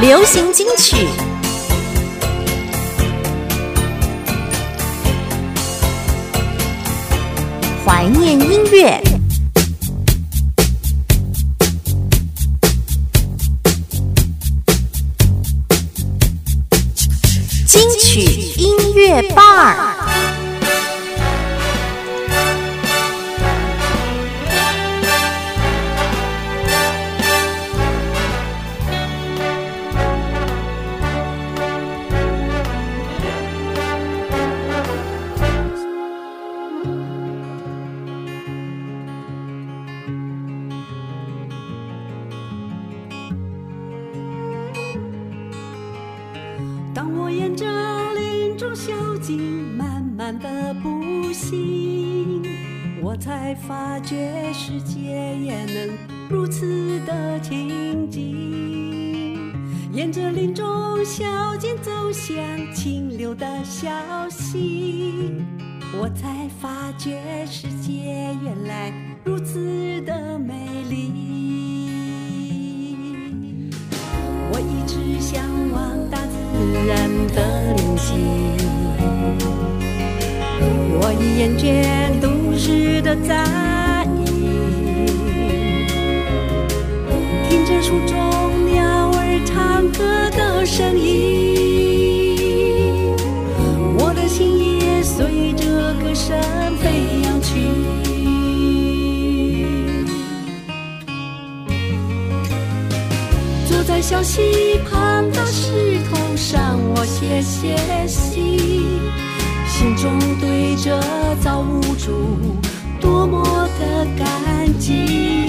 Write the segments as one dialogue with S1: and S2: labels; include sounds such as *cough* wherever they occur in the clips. S1: 流行金曲。怀念音乐，金曲音乐伴儿。
S2: 当我沿着林中小径慢慢的步行，我才发觉世界也能如此的清静。沿着林中小径走向清流的小溪，我才发觉世界原来如此的美丽。我一直向往大自然的灵性，我已厌倦都市的杂音，听着树中鸟儿唱歌的声音，我的心也随着歌声飞扬去。坐在小溪旁的石头上，我写写信，心中对着造物主多么的感激。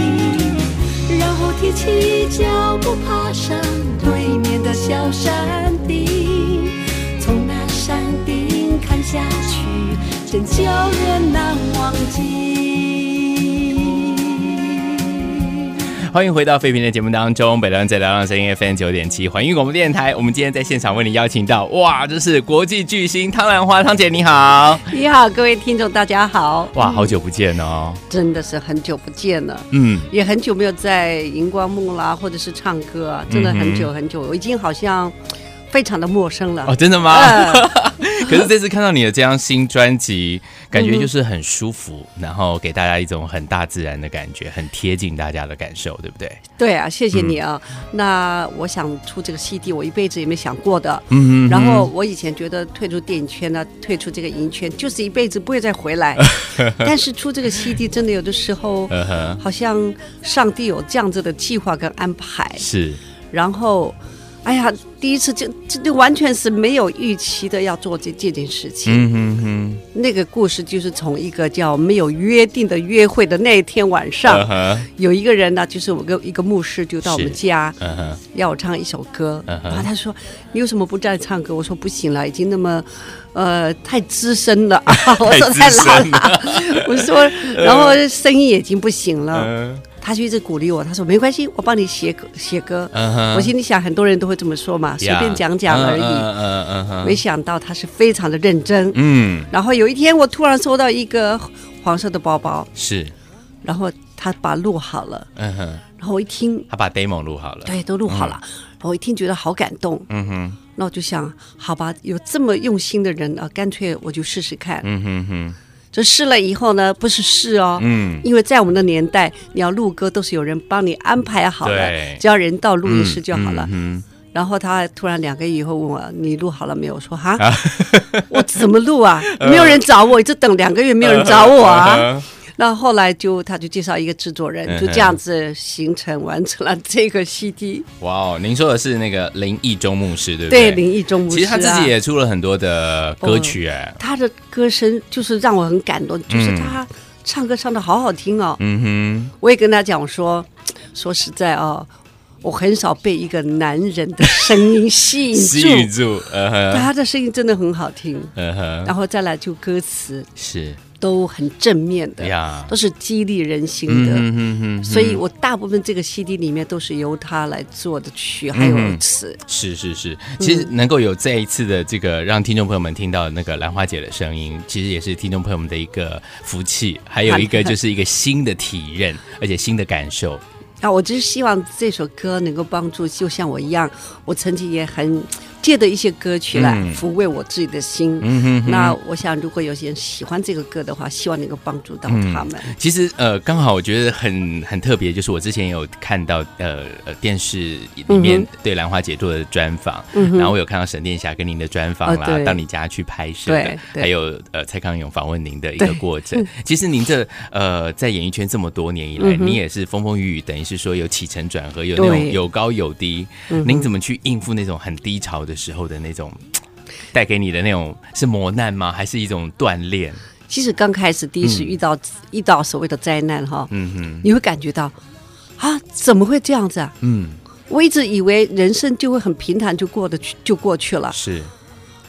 S2: 然后提起脚步爬上对面的小山顶，从那山顶看下去，真叫人难忘记。
S3: 欢迎回到废品的节目当中，北端在流浪声音 FM 九点七环宇广播电台。我们今天在现场为你邀请到，哇，这是国际巨星汤兰花汤姐，你好，
S4: *laughs* 你好，哎各位听众，大家好！
S3: 哇，好久不见哦，
S4: 真的是很久不见了，
S3: 嗯，
S4: 也很久没有在荧光幕啦，或者是唱歌啊，真的很久很久，我已经好像非常的陌生了。
S3: 哦，真的吗？
S4: 呃
S3: *laughs* 可是这次看到你的这张新专辑，感觉就是很舒服，
S4: 嗯
S3: 然后给大家一种很大自然的感觉，很贴近大家的感受，对不对？
S4: 对啊，谢谢你啊。
S3: 嗯
S4: 那我想出这个 CD，我一辈子也没想过的。
S3: 嗯
S4: 然后我以前觉得退出电影圈呢、退出这个影圈，就是一辈子不会再
S3: *laughs*
S4: 回来。但是出这个 CD，真的有的时候，
S3: 嗯哼，
S4: 好像上帝有这样子的计划跟安排。
S3: 是，
S4: 然后，哎呀，第一次就就就完全是没有预期的要做这这件事情。
S3: 嗯哼哼，
S4: 那个故事就是从一个叫没有约定的约会的那一天晚上，
S3: 嗯哼，
S4: 有一个人呢，就是我跟一个牧师就到我们
S3: 是
S4: 家。
S3: 嗯哼，
S4: 要我唱一首歌，
S3: 嗯哼
S4: 然后他说：“你为什么不再唱歌？”我说：“不行了，已经那么，呃，太资
S3: *laughs*
S4: 深了， *laughs* 我说太老了， *laughs* 我说，然后声音已经不行了。
S3: 嗯
S4: 他就一直鼓励我，他说：“没关系，我帮你写歌写歌。
S3: 嗯哼
S4: 我心里想，很多人都会这么说嘛，随便讲讲而已。
S3: 嗯嗯嗯哼
S4: 没想到他是非常的认真。
S3: 嗯，
S4: 然后有一天，我突然收到一个黄色的包包，
S3: 是，
S4: 然后他把录好了，
S3: 嗯哼，
S4: 然后我一听，
S3: 他把 demo 录好了，
S4: 对，都录好了，然后我一听觉得好感动。
S3: 嗯哼，
S4: 那我就想，好吧，有这么用心的人啊，干脆我就试试看。
S3: 嗯哼哼，
S4: 这试了以后呢，不是试哦，
S3: 嗯
S4: 因为在我们的年代，你要录歌都是有人帮你安排好
S3: 对
S4: 了，只要人到录音室就好了。
S3: 嗯
S4: 然后他突然两个月以后问我：“你录好了没有？”我说：“哈，
S3: 啊
S4: *laughs* 我怎么录啊？没有人找我，一直等两个月没有人找我啊。
S3: 嗯哼，
S4: 那后来就他就介绍一个制作人
S3: 嗯，哼
S4: 就这样子形成完成了这个 CD。
S3: *laughs* 哇哦，您说的是那个林义中牧师，对不对？
S4: 对林义中牧师、啊，
S3: 其实他自己也出了很多的歌曲，哎，
S4: 他的歌声就是让我很感动，就是他唱歌唱的好好听哦。
S3: 嗯
S4: 我也跟他讲我说，说实在哦，我很少被一个男人的声音 *laughs* 吸
S3: 哼，
S4: 引
S3: 西
S4: 住，
S3: 语柱，嗯哼，
S4: 他的声音真的很好听。
S3: 嗯哼，
S4: 然后再来就歌词
S3: 是
S4: 都很正面的，
S3: 呀，
S4: 都是激励人心
S3: 嗯
S4: 的。
S3: 哼哼哼，
S4: 所以我大部分这个 CD 里面都是由他来做的曲，还有词。
S3: 是是是，其实能够有这一次的这个让听众朋友们听到那个兰花姐的声音，其实也是听众朋友
S4: *laughs*
S3: 们的一个福气，还有一个就是一个新的体验，而且新的感受。
S4: 啊，我就是希望这首歌能够帮助，就像我一样，我曾经也很借的一些歌曲来
S3: 嗯
S4: 抚慰我自己的心。
S3: 嗯哼哼
S4: 那我想，如果有些人喜欢这个歌的话，希望能够帮助到
S3: 嗯
S4: 他们。
S3: 其实呃，刚好我觉得很很特别，就是我之前有看到呃呃电视里面
S4: 嗯
S3: 对兰花姐做的专访，然后我有看到沈殿霞跟您的专访啦，
S4: 哦对
S3: 到你家去拍摄的
S4: 对，对
S3: 还有呃蔡康永访问您的一个
S4: 对
S3: 过
S4: *laughs*
S3: 程。其实您这呃在演艺圈这么多年以来，你也是风风雨雨，等于是说有起承转合，有那种
S4: 嗯对嗯
S3: 有高有低，您怎么去应付那种很低潮的时候的那种？带给你的那种是磨难吗？还是一种锻炼？
S4: 其实刚开始第一次遇到、遇到所谓的灾难哈，
S3: 嗯哼，
S4: 你会感觉到啊，怎么会这样子啊？
S3: 嗯，
S4: 我一直以为人生就会很平坦就过得去就过去了，
S3: 是，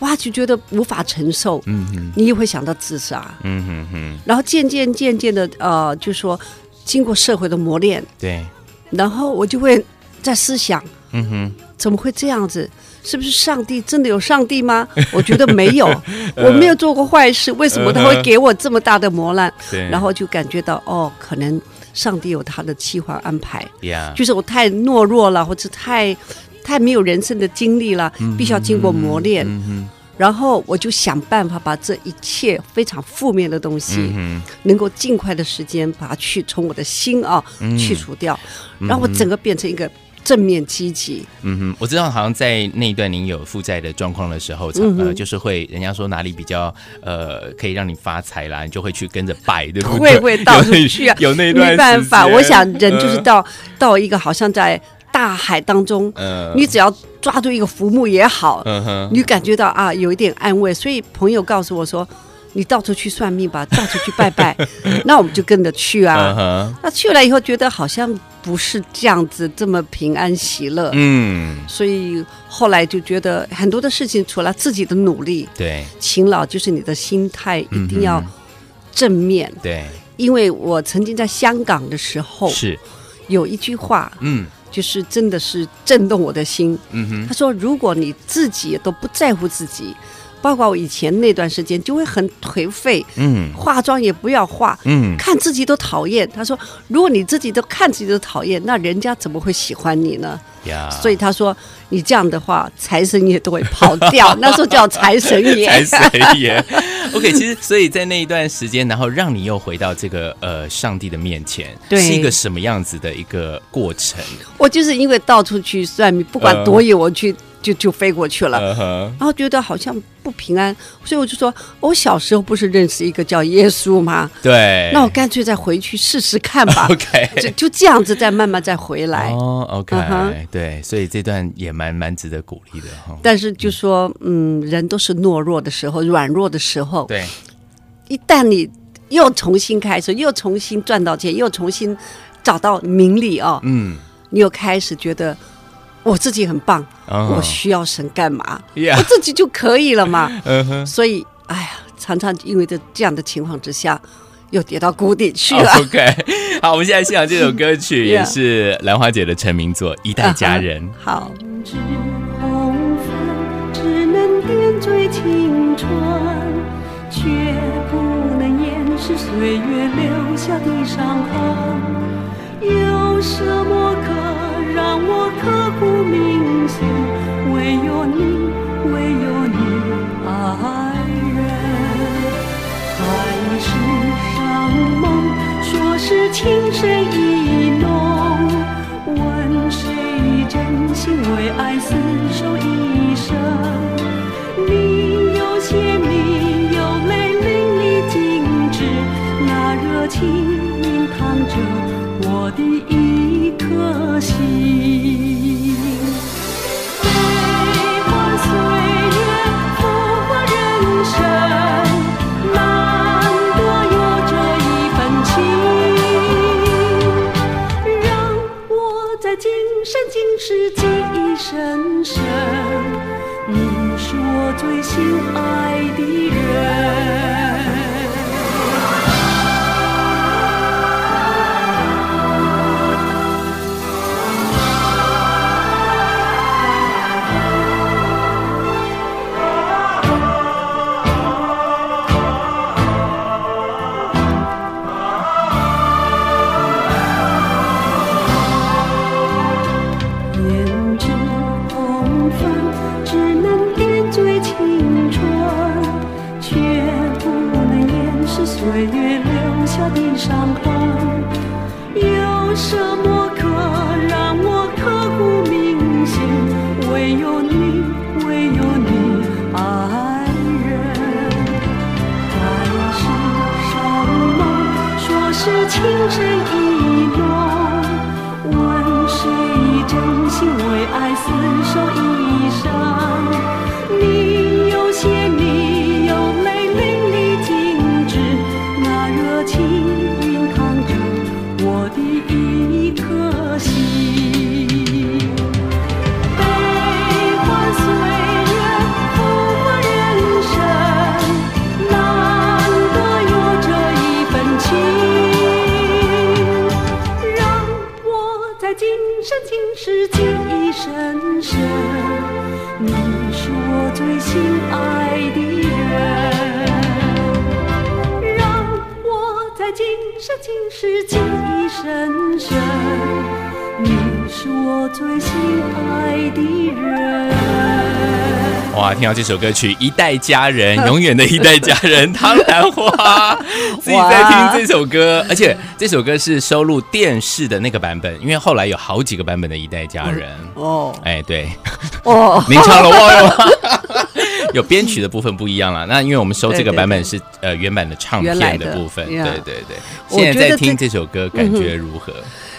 S4: 哇，就觉得无法承受，
S3: 嗯哼。
S4: 你也会想到自杀。
S3: 嗯哼哼，
S4: 然后渐渐渐渐的，呃，就说经过社会的磨练，
S3: 对，
S4: 然后我就会在思想，
S3: 嗯哼，
S4: 怎么会这样子？是不是上帝真的有上帝
S3: *laughs*
S4: 吗？我觉得没有，
S3: 呃
S4: 我没有做过坏事，为什么他会给我这么大的磨难？
S3: 呃对，
S4: 然后就感觉到，哦，可能上帝有他的计划安排，
S3: 呀，
S4: 就是我太懦弱了，或者太太没有人生的经历了，必须要经过磨练。
S3: 嗯
S4: 然后我就想办法把这一切非常负面的东西，
S3: 哼，
S4: 能够尽快的时间把它去从我的心啊、
S3: 嗯
S4: 去除掉，然后我整个变成一个正面积极。
S3: 嗯哼，我知道，好像在那一段您有负债的状况的时候，
S4: 嗯
S3: 呃，就是会人家说哪里比较呃可以让你发财啦，你就会去跟着拜，对不对？，
S4: *laughs* 会会到处去啊
S3: 有那一段
S4: 没办法，
S3: 时间
S4: 我想人就是到、到一个好像在大海当中，
S3: 呃，
S4: 你只要抓住一个浮木也好，
S3: 嗯哼，
S4: 你感觉到啊有一点安慰。所以朋友告诉我说，你到处去算命吧，到处去
S3: *laughs*
S4: 拜拜，那我们就跟着去啊。
S3: 嗯哼，
S4: 那去了以后觉得好像不是这样子这么平安喜乐，
S3: 嗯，
S4: 所以后来就觉得很多的事情，除了自己的努力、
S3: 对
S4: 勤劳，就是你的心态一定要
S3: 嗯
S4: 正面。
S3: 对，
S4: 因为我曾经在香港的时候，
S3: 是，
S4: 有一句话，
S3: 嗯
S4: 就是真的是震动我的心。
S3: 嗯哼，
S4: 他说：“如果你自己都不在乎自己，包括我以前那段时间，就会很颓废，
S3: 嗯
S4: 化妆也不要化。”
S3: 嗯，
S4: 看自己都讨厌，他说：“如果你自己都看自己都讨厌，那人家怎么会喜欢你呢？”
S3: 呀，
S4: 所以他说你这样的话，财神爷都会跑
S3: *laughs*
S4: 掉，那时候叫财神爷。
S3: 才谁耶？OK，其实所以在那一段时间，然后让你又回到这个呃上帝的面前，
S4: 对
S3: 是一个什么样子的一个过程？
S4: *laughs* 我就是因为到处去算命，不
S3: 呃
S4: 管多远，我去、就就飞过去了。
S3: 嗯哼，
S4: 然后觉得好像不平安，所以我就说，我小时候不是认识一个叫耶稣吗？
S3: 对，
S4: 那我干脆再回去试试看吧，就
S3: 哎 *laughs* OK。
S4: 就这样子再慢慢再回来。
S3: 哦、o k
S4: 嗯哼
S3: 对，所以这段也蛮蛮值得鼓励的哈。
S4: 但是就说，嗯，人都是懦弱的时候，软弱的时候，
S3: 对，
S4: 一旦你又重新开始，又重新赚到钱，又重新找到名利哦，
S3: 嗯，
S4: 你又开始觉得我自己很棒，
S3: 哦
S4: 我需要神干嘛？
S3: Yeah
S4: 我自己就可以了嘛。
S3: 嗯哼
S4: 所以，哎呀，常常因为这这样的情况之下，又跌到谷底去了。
S3: 哦 OK，好，我 *laughs* 们现在欣赏这首歌曲，也
S4: *laughs* Yeah Uh-huh
S3: 是兰花姐的成名作《一代佳人》。
S4: 好，
S2: 栀红粉只能点缀青春，却不能掩饰岁月留下的伤痕。有什么可让我刻骨铭心？唯有你，唯有你，爱人。海誓山盟，说是情深意浓，问谁真心为爱厮守一生？你有血，你有泪，淋漓尽致，那热情隐藏着我的一颗心。随风随月，浮华人生，难得有这一份情，让我在今生今世记忆深深。你是我最心爱的人。
S3: 嗯
S2: 是岁月留下的伤痕。有什么可让我刻骨铭心？唯有你，唯有你，爱人。海誓山盟，说是情深意浓，问谁真心为爱厮守一生？你有些你有泪淋漓尽致，那热情熨烫着我的一颗心。悲欢随缘，浮华人生，难得有这一份情，让我在今生今世记忆深深。你是我最心爱的人，让我在今生今世记忆深深。你是我最心爱的人。
S3: 哇，听到这首歌曲《一代佳
S4: *laughs*
S3: 人》，永远的一代佳人，唐兰花自己在听这首歌，而且这首歌是收录电视的那个版本，因为后来有好几个版本的《一代佳人》。
S4: 哦
S3: 哎，对，
S4: 哦，
S3: 您唱了忘
S4: *laughs*
S3: 了吗？有编曲的部分不一样了，那因为我们收这个版本是呃原版的唱
S4: 原来
S3: 片
S4: 的
S3: 的部分，对
S4: 呀
S3: 对对。
S4: 我觉得
S3: 现在在听
S4: 这
S3: 这首歌，感觉如何？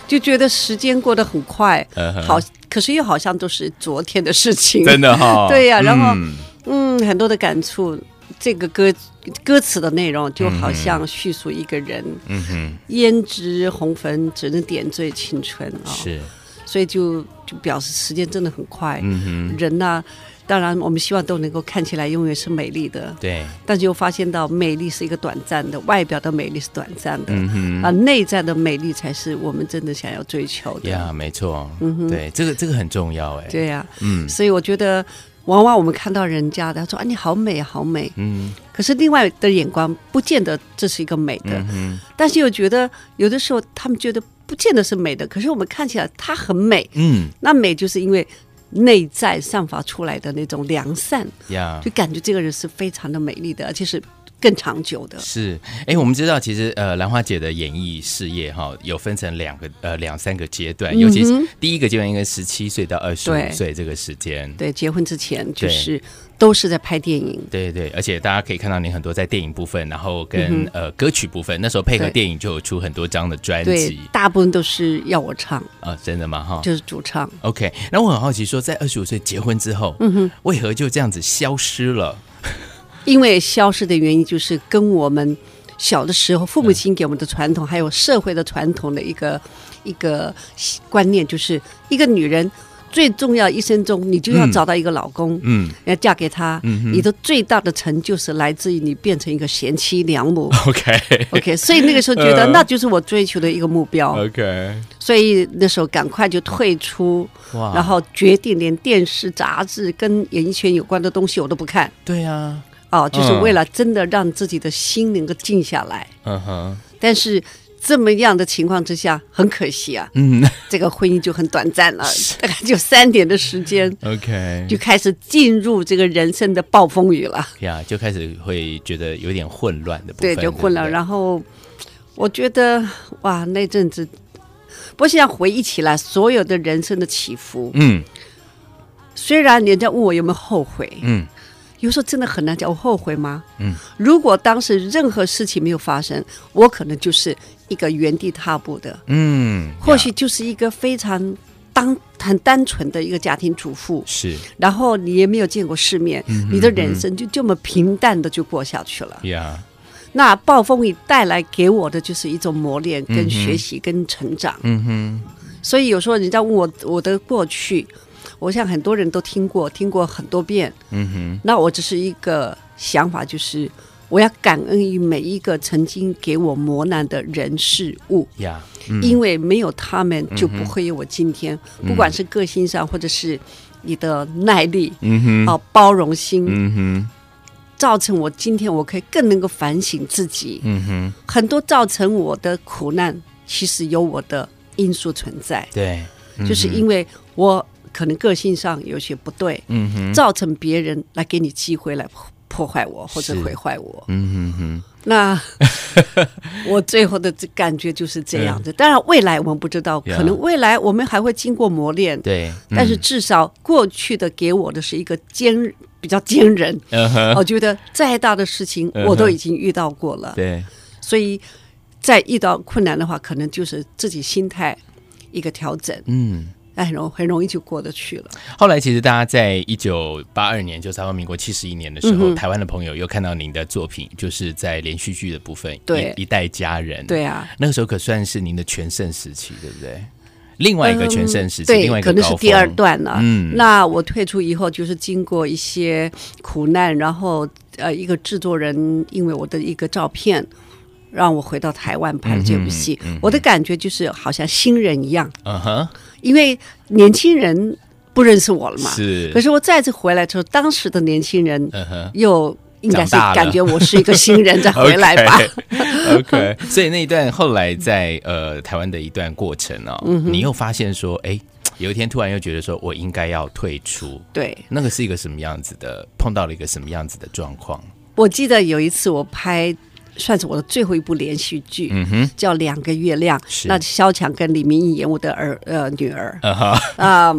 S4: 就觉得时间过得很快
S3: 嗯，哼
S4: 好，可是又好像都是昨天的事情。
S3: 真的哈，
S4: 对呀然后
S3: 嗯
S4: 嗯，很多的感触。这个歌歌词的内容就好像叙述一个人，
S3: 嗯哼，
S4: 胭脂红粉只能点缀青春啊、
S3: 是，
S4: 所以就就表示时间真的很快。
S3: 嗯哼，
S4: 人呐、当然我们希望都能够看起来永远是美丽的，
S3: 对，
S4: 但是又发现到美丽是一个短暂的，外表的美丽是短暂的，
S3: 嗯哼。
S4: 啊，内在的美丽才是我们真的想要追求的。
S3: 呀没错，对，这个这个很重要哎，
S4: 嗯对呀、
S3: 嗯
S4: 所以我觉得，往往我们看到人家的，他说啊你好美，好美，
S3: 嗯
S4: 可是另外的眼光不见得这是一个美的，
S3: 嗯
S4: 但是又觉得有的时候他们觉得不见得是美的，可是我们看起来它很美，
S3: 嗯
S4: 那美就是因为内在散发出来的那种良善，
S3: 呀
S4: 就感觉这个人是非常的美丽的，而且是更长久的。
S3: 是，哎，我们知道其实呃，兰花姐的演艺事业哈、有分成两个呃两三个阶段，尤其是第一个阶段应该十七岁到二十
S4: 嗯对
S3: 五岁这个时间。
S4: 对，结婚之前就
S3: 对
S4: 是都是在拍电影，
S3: 对对，而且大家可以看到你很多在电影部分，然后
S4: 嗯
S3: 跟、呃歌曲部分，那时候配合
S4: 对
S3: 电影就有出很多张的专
S4: 对
S3: 辑，
S4: 大部分都是要我唱，
S3: 啊、真的吗？哈
S4: 就是主唱。
S3: ，OK。那我很好奇说，在二十五岁结婚之后，嗯哼，为何就这样子消失了？ *laughs*
S4: 因为消失的原因，就是跟我们小的时候父母亲给我们的传统，还有社会的传统的一个一个观念，就是一个女人最重要一生中，你就要
S3: 嗯
S4: 找到一个老公，
S3: 嗯
S4: 要嫁给他，你的最大的成就是来自于你变成一个贤妻良
S3: *laughs*
S4: 母。
S3: ，OK
S4: OK，所以那个时候觉得
S3: 呃
S4: 那就是我追求的一个目标，
S3: OK，
S4: 所以那时候赶快就退出，
S3: 哇，
S4: 然后决定连电视、杂志跟演艺圈有关的东西我都不看。
S3: 对啊，
S4: 哦，就是
S3: 嗯
S4: 为了真的让自己的心能够静下来。
S3: 嗯哼，
S4: 但是这么样的情况之下，很可惜啊， *laughs*
S3: 嗯
S4: 这个婚姻就很短暂了，大概就三年的时间。
S3: 嗯，OK，
S4: 就开始进入这个人生的暴风雨了，
S3: 呀，就开始会觉得有点混乱的部分，
S4: 对，就混了。
S3: 后
S4: 然后我觉得，哇，那阵子，不过现在回忆起来，所有的人生的起伏，
S3: 嗯
S4: 虽然人家问我有没有后悔，
S3: 嗯
S4: 有时候真的很难讲，我后悔吗？
S3: 嗯，
S4: 如果当时任何事情没有发生，我可能就是一个原地踏步的，
S3: 嗯，
S4: 或
S3: 呀
S4: 许就是一个非常当很单纯的一个家庭主妇，
S3: 是嗯
S4: 然后你也没有见过世面，你的人生就这么平淡的就过下去了。
S3: 呀，
S4: 那暴风雨带来给我的就是一种磨练、跟学习、跟成长。
S3: 嗯哼，
S4: 所以有时候人家问我我的过去，我想很多人都听过，听过很多遍。
S3: 嗯哼，
S4: 那我只是一个想法，就是我要感恩于每一个曾经给我磨难的人事物，
S3: 呀，
S4: 因为没有他们就不会有我今天，
S3: 嗯
S4: 不管是个性上，或者是你的耐力。
S3: 嗯哼，
S4: 啊、包容心
S3: 嗯哼，
S4: 造成我今天我可以更能够反省自己，
S3: 嗯哼，
S4: 很多造成我的苦难，其实有我的因素存在，
S3: 对，
S4: 就是因为我可能个性上有些不对，
S3: 嗯哼，
S4: 造成别人来给你机会来破破坏我或者
S3: 是
S4: 毁坏我。
S3: 嗯哼哼，
S4: 那 *laughs* 我最后的感觉就是这样子。当然，未来我们不知道，
S3: Yeah
S4: 可能未来我们还会经过磨练。
S3: 对，嗯
S4: 但是至少过去的给我的是一个坚，比较坚韧。
S3: 嗯哼，
S4: 我觉得再大的事情
S3: 嗯哼
S4: 我都已经遇到过了，
S3: 对，
S4: 所以再遇到困难的话，可能就是自己心态一个调整，
S3: 嗯。
S4: 哎，很容很容易就过得去了。
S3: 后来，其实大家在一九八二年，就是台湾民国七十一年的时
S4: 嗯
S3: 候，台湾的朋友又看到您的作品，就是在连续剧的部分，
S4: 对
S3: 一一代佳人，
S4: 对啊，
S3: 那个时候可算是您的全盛时期，对不对？另外一个全盛时期，
S4: 嗯对
S3: 另外，一
S4: 可
S3: 个
S4: 能
S3: 高
S4: 是
S3: 峰，
S4: 第二段了。
S3: 嗯
S4: 那我退出以后，就是经过一些苦难，然后呃，一个制作人因为我的一个照片。让我回到台湾拍了这部戏，
S3: 嗯哼嗯哼
S4: 我的感觉就是好像新人一样，
S3: 嗯哼，
S4: 因为年轻人不认识我了嘛，
S3: 是，
S4: 可是我再次回来之后，当时的年轻人
S3: 嗯哼。
S4: 又应该是
S3: 长大了
S4: 感觉我是一个
S3: *laughs*
S4: 新人，再回来吧。
S3: OK，, *laughs* o k 所以那一段后来在呃台湾的一段过程哦，
S4: 嗯
S3: 你又发现说，哎，有一天突然又觉得说我应该要退出，
S4: 对，
S3: 那个是一个什么样子的？碰到了一个什么样子的状况？
S4: 我记得有一次我拍。算是我的最后一部连续剧，
S3: 嗯哼，
S4: 叫《两个月亮》。
S3: 是
S4: 那萧蔷跟李明义演我的儿呃女儿
S3: 嗯哼，
S4: 啊、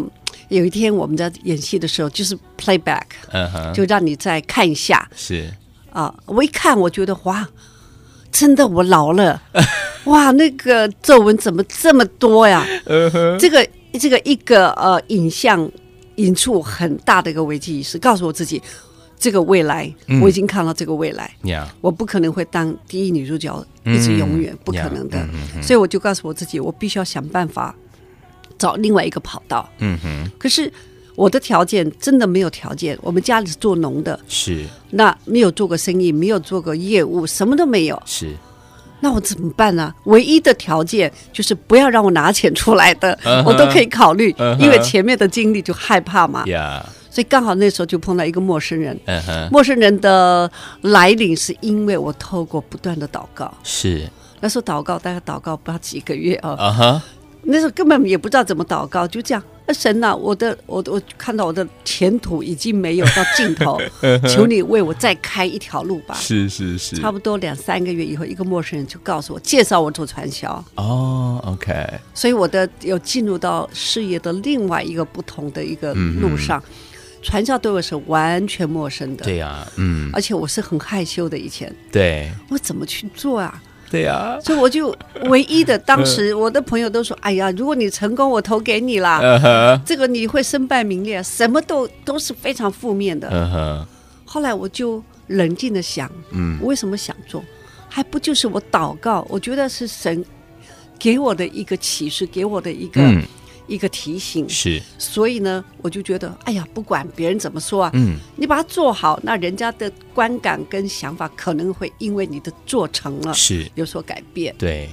S4: 有一天我们在演戏的时候，就是 playback，
S3: 嗯哼，
S4: 就让你再看一下
S3: 是，
S4: 啊、我一看，我觉得哇，真的我
S3: *laughs*
S4: 老了，哇，那个皱纹怎么这么多呀？
S3: 嗯哼，
S4: 这个这个一个呃影像引出我很大的一个危机意识，告诉我自己，这个未来、
S3: 嗯
S4: 我已经看到这个未来，
S3: 呀，
S4: 我不可能会当第一女主角，
S3: 嗯
S4: 一直永远不可能的。
S3: 嗯嗯嗯
S4: 所以我就告诉我自己，我必须要想办法找另外一个跑道。
S3: 嗯哼，
S4: 可是我的条件真的没有条件，我们家里是做农的，
S3: 是
S4: 那没有做过生意，没有做过业务，什么都没有，
S3: 是，
S4: 那我怎么办呢、唯一的条件就是不要让我拿钱出来的
S3: *laughs* 嗯哼
S4: 我都可以考虑
S3: 嗯哼嗯
S4: 因为前面的经历就害怕嘛。
S3: 呀，
S4: 所以刚好那时候就碰到一个陌生人，
S3: 嗯哼，
S4: 陌生人的来临是因为我透过不断的祷告，
S3: 是，
S4: 那时候祷告大概祷告不知道几个月啊、
S3: 啊哈，
S4: 那时候根本也不知道怎么祷告，就这样。啊、神呐、我的我我看到我的前途已经没有到尽
S3: *laughs*
S4: 头，
S3: 嗯
S4: 求你为我再开一条路吧。
S3: 是是是
S4: 差不多两三个月以后，一个陌生人就告诉我，介绍我做传销。
S3: 哦，OK，
S4: 所以我的有进入到事业的另外一个不同的一个路上，传教对我是完全陌生的，
S3: 嗯对呀，嗯，
S4: 而且我是很害羞的。以前
S3: 对，
S4: 我怎么去做啊？
S3: 对呀，
S4: 所以我就唯一的，
S3: *laughs*
S4: 当时我的朋友都说：“哎呀，如果你成功，我投给你啦。
S3: 嗯哼，
S4: 这个你会身败名裂，什么都都是非常负面的。
S3: 嗯哼，
S4: 后来我就冷静的想，
S3: 嗯
S4: 我为什么想做？还不就是我祷告？我觉得是神给我的一个启示，给我的一个、
S3: 嗯，
S4: 一个提醒。
S3: 是，
S4: 所以呢，我就觉得，哎呀，不管别人怎么说啊，
S3: 嗯，
S4: 你把它做好，那人家的观感跟想法可能会因为你的做成了
S3: 是，
S4: 有所改变，
S3: 对，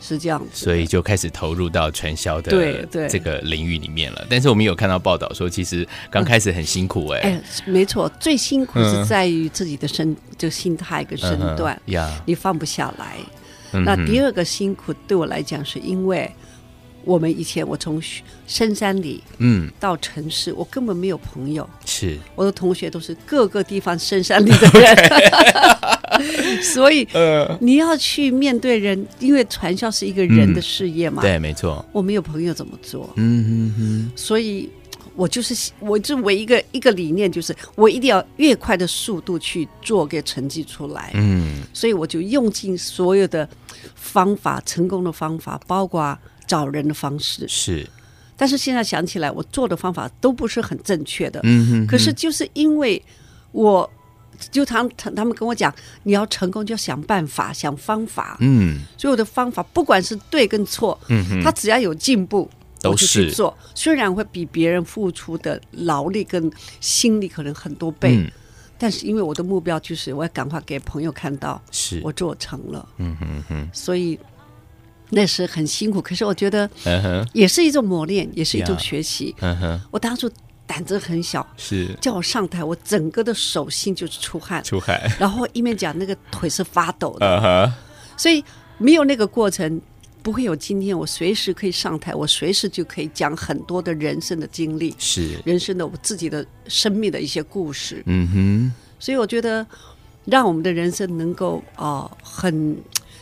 S4: 是这样子的。
S3: 所以就开始投入到传销
S4: 对
S3: 的
S4: 对
S3: 这个领域里面了。但是我们有看到报道说，其实刚开始很辛苦哎，
S4: 哎，没错，最辛苦是
S3: 嗯
S4: 在于自己的身，就心态跟身段，
S3: 嗯哼呀，
S4: 你放不下来。
S3: 嗯
S4: 那
S3: 哼
S4: 第二个辛苦对我来讲，是因为我们以前我从深山里
S3: 嗯
S4: 到城市，我根本没有朋友，
S3: 是
S4: 我的同学都是各个地方深山里的
S3: *laughs*
S4: 人， *laughs* 所以
S3: 呃
S4: 你要去面对人，因为传销是一个人的事业嘛。
S3: 嗯对，没错，
S4: 我没有朋友怎么做？
S3: 嗯哼哼，
S4: 所以我就是我就唯一个一个理念就是，我一定要越快的速度去做给成绩出来。
S3: 嗯
S4: 所以我就用尽所有的方法，成功的方法，包括找人的方式。
S3: 是，
S4: 但是现在想起来，我做的方法都不是很正确的。
S3: 嗯哼，
S4: 可是就是因为我，就他们他们跟我讲，你要成功就要想办法，想方法。
S3: 嗯
S4: 所以我的方法不管是对跟错，
S3: 嗯哼，
S4: 他只要有进步，
S3: 都
S4: 我就去
S3: 是
S4: 做。虽然会比别人付出的劳力跟心力可能很多倍，
S3: 嗯
S4: 但是因为我的目标就是我要赶快给朋友看到
S3: 是
S4: 我做成了，
S3: 嗯哼哼，
S4: 所以那是很辛苦。可是我觉得
S3: 嗯哼
S4: 也是一种磨练，也是一种
S3: Yeah
S4: 学习。
S3: 嗯哼
S4: 我当初胆子很小，
S3: 是
S4: 叫我上台，我整个的手心就是出汗，
S3: *laughs* 出海，
S4: 然后一面讲那个腿是发抖的，
S3: 嗯哼
S4: 所以没有那个过程，不会有今天。我随时可以上台，我随时就可以讲很多的人生的经历，
S3: 是，
S4: 人生的我自己的生命的一些故事。
S3: 嗯哼
S4: 所以我觉得让我们的人生能够哦、呃很，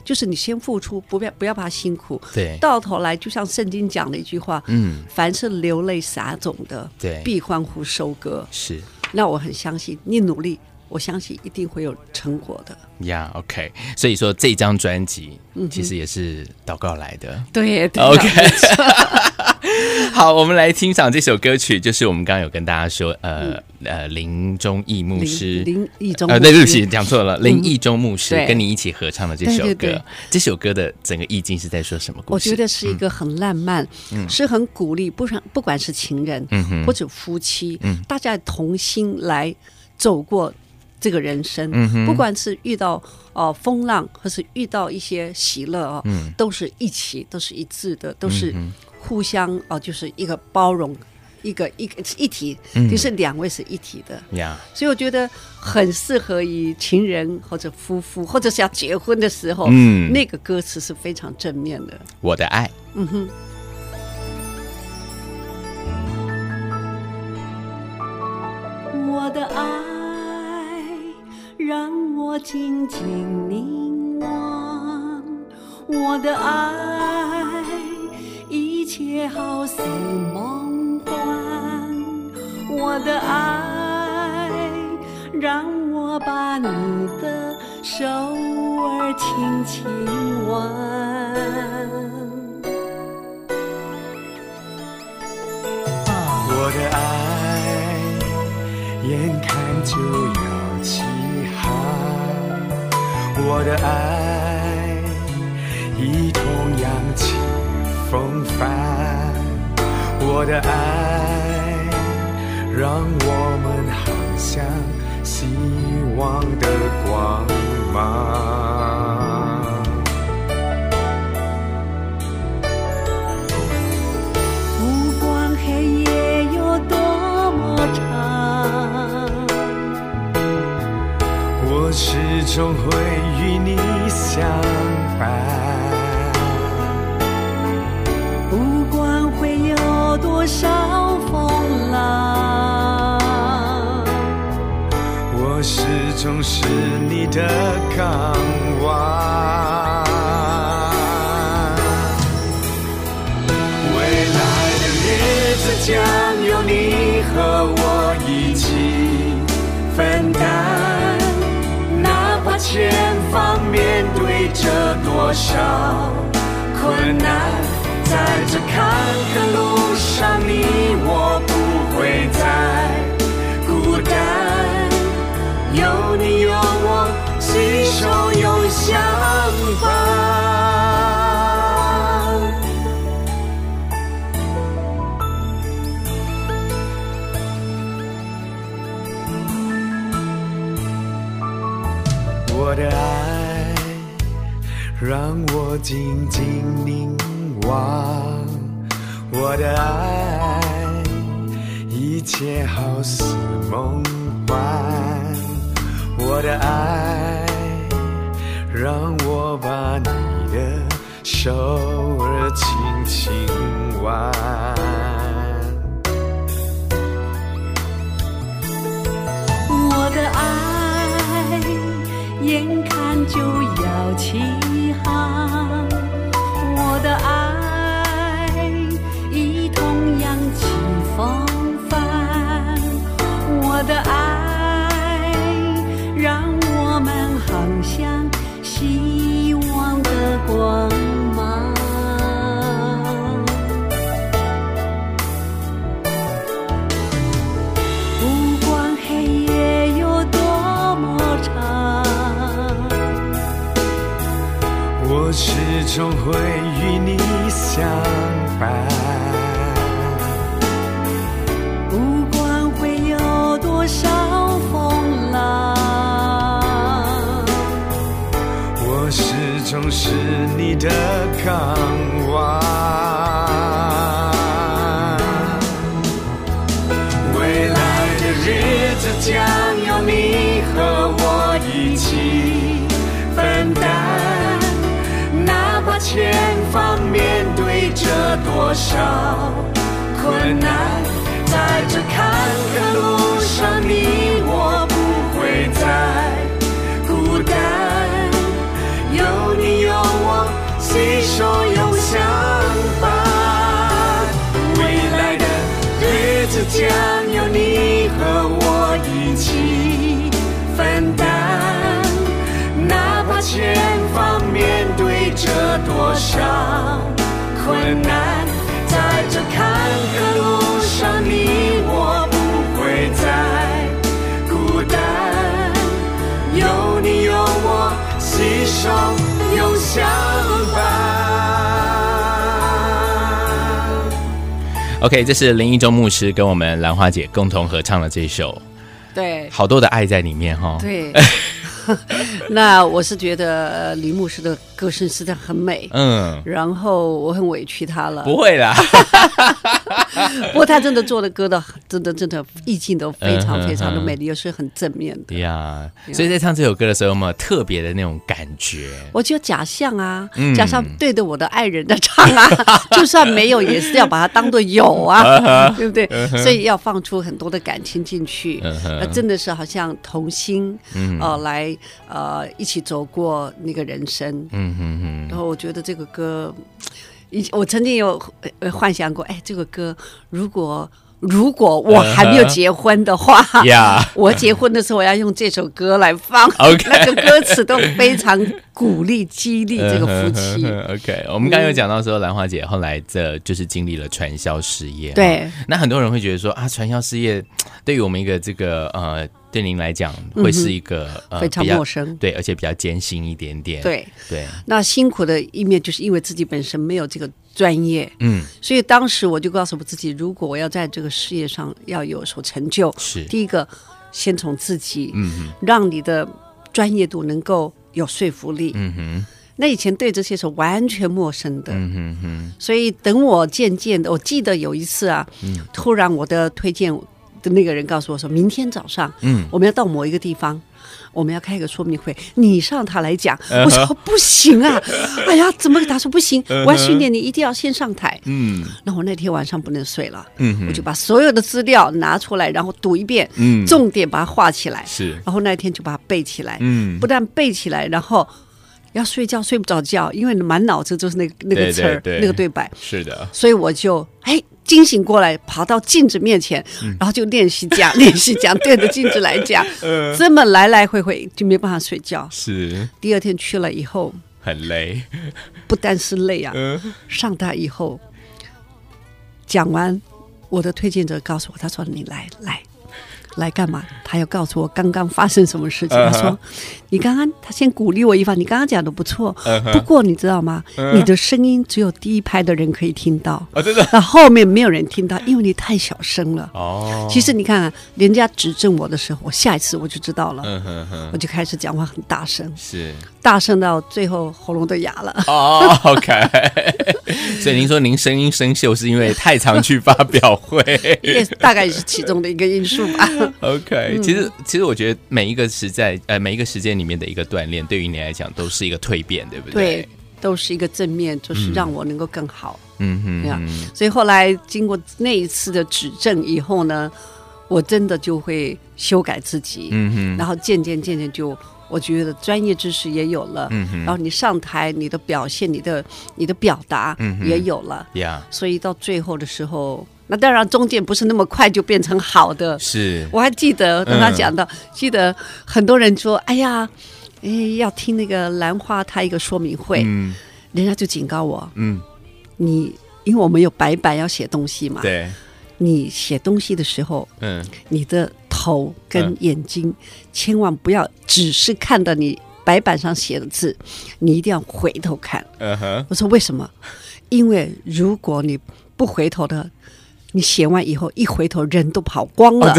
S4: 就是你先付出，不要不要怕辛苦，
S3: 对，
S4: 到头来就像圣经讲的一句话，
S3: 嗯，
S4: 凡是流泪撒种的，
S3: 对，
S4: 必欢呼收割。
S3: 是。
S4: 那我很相信你努力，我相信一定会有成果的。
S3: 呀、o k 所以说这张专辑其实也是祷告来的。
S4: 嗯对啊
S3: OK，好， *laughs* 我们来欣赏这首歌曲，就是我们刚刚有跟大家说，呃、呃，林中义牧师，
S4: 林嗯林义中
S3: 呃，
S4: 牧
S3: 对，
S4: 师嗯
S3: 对不起，讲错了，林义中牧师
S4: 对
S3: 跟你一起合唱的这首歌，
S4: 对对对
S3: 这首歌的整个意境是在说什么故
S4: 我
S3: 事？
S4: 觉得是一
S3: 嗯
S4: 个很浪漫，是很鼓励，不管不管是情人、
S3: 嗯哼嗯
S4: 或者夫妻，大家同心来走过这个人生，
S3: 嗯
S4: 不管是遇到哦风浪，或是遇到一些喜乐哦，
S3: 嗯
S4: 都是一起，都是一致的，都是互相哦，就是一个包容。一个一个是一体，
S3: 嗯
S4: 就是两位是一体的，
S3: 呀
S4: 所以我觉得很适合于情人或者夫妇，或者是要结婚的时候，
S3: 嗯
S4: 那个歌词是非常正面的。
S3: 我的爱，
S4: 嗯哼，
S2: 我的爱，让我静静凝望。我的爱，一切好似梦幻。我的爱，让我把你的手儿轻轻挽。
S5: 我的爱，眼看就要起航，我的爱已同扬起风帆，我的爱让我们航向希望的光芒。
S2: 不管黑夜有多么长，
S5: 我始终会与你相伴。
S2: 不管会有多少风浪，
S5: 我始终是你的港湾。未来的日子将由你和我一起分担，哪怕前方面对着多少困难，在这坎坷路上，你我不会再孤单。有你有我，携手永相伴。我的爱，让我静静凝望。我的爱，一切好似梦幻。我的爱，让我把你的手儿轻轻挽。
S2: 我的爱眼看就要起航，我的爱已同扬起风帆，我的爱让我们航向希望的光芒。不管黑夜有多么长，
S5: 我始终会与你相伴。
S2: 不管会有多少风浪，
S5: 我始终是你的港湾。未来的日子将由你和我一起分担，哪怕前方面对着多少困难，在这坎坷路上，你我不会再。负担，有你有我，携手永相伴。未来的日子将有你和我一起分担，哪怕前方面对着多少困难，在这坎坷路上，你我不会再。孤单，有你有我，携手永相伴。
S3: OK，这是林一中牧师跟我们兰花姐共同合唱的这一首，
S2: *laughs*
S4: 对
S3: 好多的爱在里面哈、哦。
S4: 对。那我是觉得呃李牧师的歌声实在很美，
S3: 嗯，
S4: 然后我很委屈他了。
S3: 不会啦，
S4: 不过他真的做的歌的，真的真的意境都非常
S3: 嗯嗯
S4: 非常的
S3: 嗯
S4: 美丽，又是很正面的。
S3: 呀，所以在唱这首歌的时候，有没有特别的那种感觉？
S4: 我只有假象啊，
S3: 嗯
S4: 假象对着我的爱人在唱
S3: *laughs*
S4: 啊，就算没有也是要把它当做有啊，对不对？所以要放出很多的感情进去，
S3: 嗯哼嗯
S4: 呃，真的是好像同心，哦、来呃一起走过那个人生。
S3: 嗯哼哼，
S4: 然后我觉得这个歌，以我曾经有呃幻想过，哎，这个歌如果如果我还没有结婚的话，
S3: 嗯呀
S4: 我结婚的时候我要用这首歌来放
S3: *laughs* OK
S4: 那个歌词都非常鼓励激励这个夫妻。
S3: 嗯 OK，我们刚刚有讲到说，兰花姐后来这就是经历了传销事业。
S4: 对，
S3: 那很多人会觉得说啊，传销事业对于我们一个这个呃，对您来讲会是一个、呃
S4: 非常
S3: 比较
S4: 陌生
S3: 对，而且比较艰辛一点点。
S4: 对，
S3: 对，
S4: 那辛苦的一面就是因为自己本身没有这个专业，
S3: 嗯，
S4: 所以当时我就告诉我自己，如果我要在这个事业上要有所成就，
S3: 是
S4: 第一个先从自己，
S3: 嗯
S4: 让你的专业度能够有说服力。
S3: 嗯哼，
S4: 那以前对这些是完全陌生的，
S3: 嗯哼哼，
S4: 所以等我渐渐的，我记得有一次啊，
S3: 嗯
S4: 突然我的推荐的那个人告诉我说，明天早上，
S3: 嗯
S4: 我们要到某一个地方。我们要开一个说明会，你上他
S3: *laughs*
S4: 来讲。我说不行啊，哎呀，怎么给他说不行？我要训练你，一定要先上台。
S3: 嗯
S4: 那我那天晚上不能睡了，
S3: 嗯哼，
S4: 我就把所有的资料拿出来，然后读一遍，
S3: 嗯
S4: 重点把它画起来，
S3: 是，
S4: 然后那天就把它背起来。
S3: 嗯
S4: 不但背起来，然后要睡觉睡不着觉，因为你满脑子就是那个那
S3: 对
S4: 个词儿
S3: 对对
S4: 那个对白，
S3: 是的，
S4: 所以我就哎惊醒过来，跑到镜子面前，
S3: 嗯
S4: 然后就练习
S3: *laughs*
S4: 讲练习讲，对着镜子来讲，
S3: 嗯
S4: 这么来来回回就没办法睡觉。
S3: 是
S4: 第二天去了以后，
S3: 很累，
S4: 不单是累啊，
S3: 嗯
S4: 上台以后讲完，我的推荐者告诉我，他说你来来。来干嘛？他要告诉我刚刚发生什么事情。
S3: 嗯哼
S4: 他说：“你刚刚他先鼓励我一番，你刚刚讲的不错
S3: 嗯哼
S4: 不过你知道吗
S3: 嗯
S4: 你的声音只有第一排的人可以听到，
S3: 啊，真的
S4: 那后面没有人听到，因为你太小声了。
S3: 哦，
S4: 其实你看啊，人家指正我的时候，我下一次我就知道了，
S3: 嗯哼哼，
S4: 我就开始讲话很大声，
S3: 是
S4: 大声到最后喉咙都哑了。
S3: 哦，OK，所以您说您声音生锈是因为太常去发表会。
S4: *laughs* 也大概也是其中的一个因素吧。
S3: OK，、其实其实我觉得每一个时在呃每一个时间里面的一个锻炼，对于你来讲都是一个蜕变，对不 *laughs* 对？
S4: 对，都是一个正面，就是让我能够更好。
S3: 嗯
S4: 这样
S3: 哼，
S4: 所以后来经过那一次的指正以后呢，我真的就会修改自己，
S3: 嗯哼，
S4: 然后渐渐渐渐就。我觉得专业知识也有了，
S3: 嗯哼
S4: 然后你上台，你的表现、你的你的表达
S3: 嗯哼
S4: 也有了，
S3: 呀、
S4: 所以到最后的时候，那当然中间不是那么快就变成好的，
S3: 是
S4: 我还记得跟他
S3: 嗯
S4: 讲到，记得很多人说：“哎呀，哎，要听那个兰花她一个说明会。
S3: 嗯
S4: 人家就警告我
S3: 嗯，：“
S4: 你因为我们有白板要写东西嘛，
S3: 对，
S4: 你写东西的时候，
S3: 嗯
S4: 你的头跟
S3: 嗯
S4: 眼睛、千万不要只是看到你白板上写的字，你一定要回头看。
S3: 嗯哼”，
S4: 我说：“为什么？因为如果你不回头的。”你写完以后一回头，人都跑光
S3: 哦
S4: 了。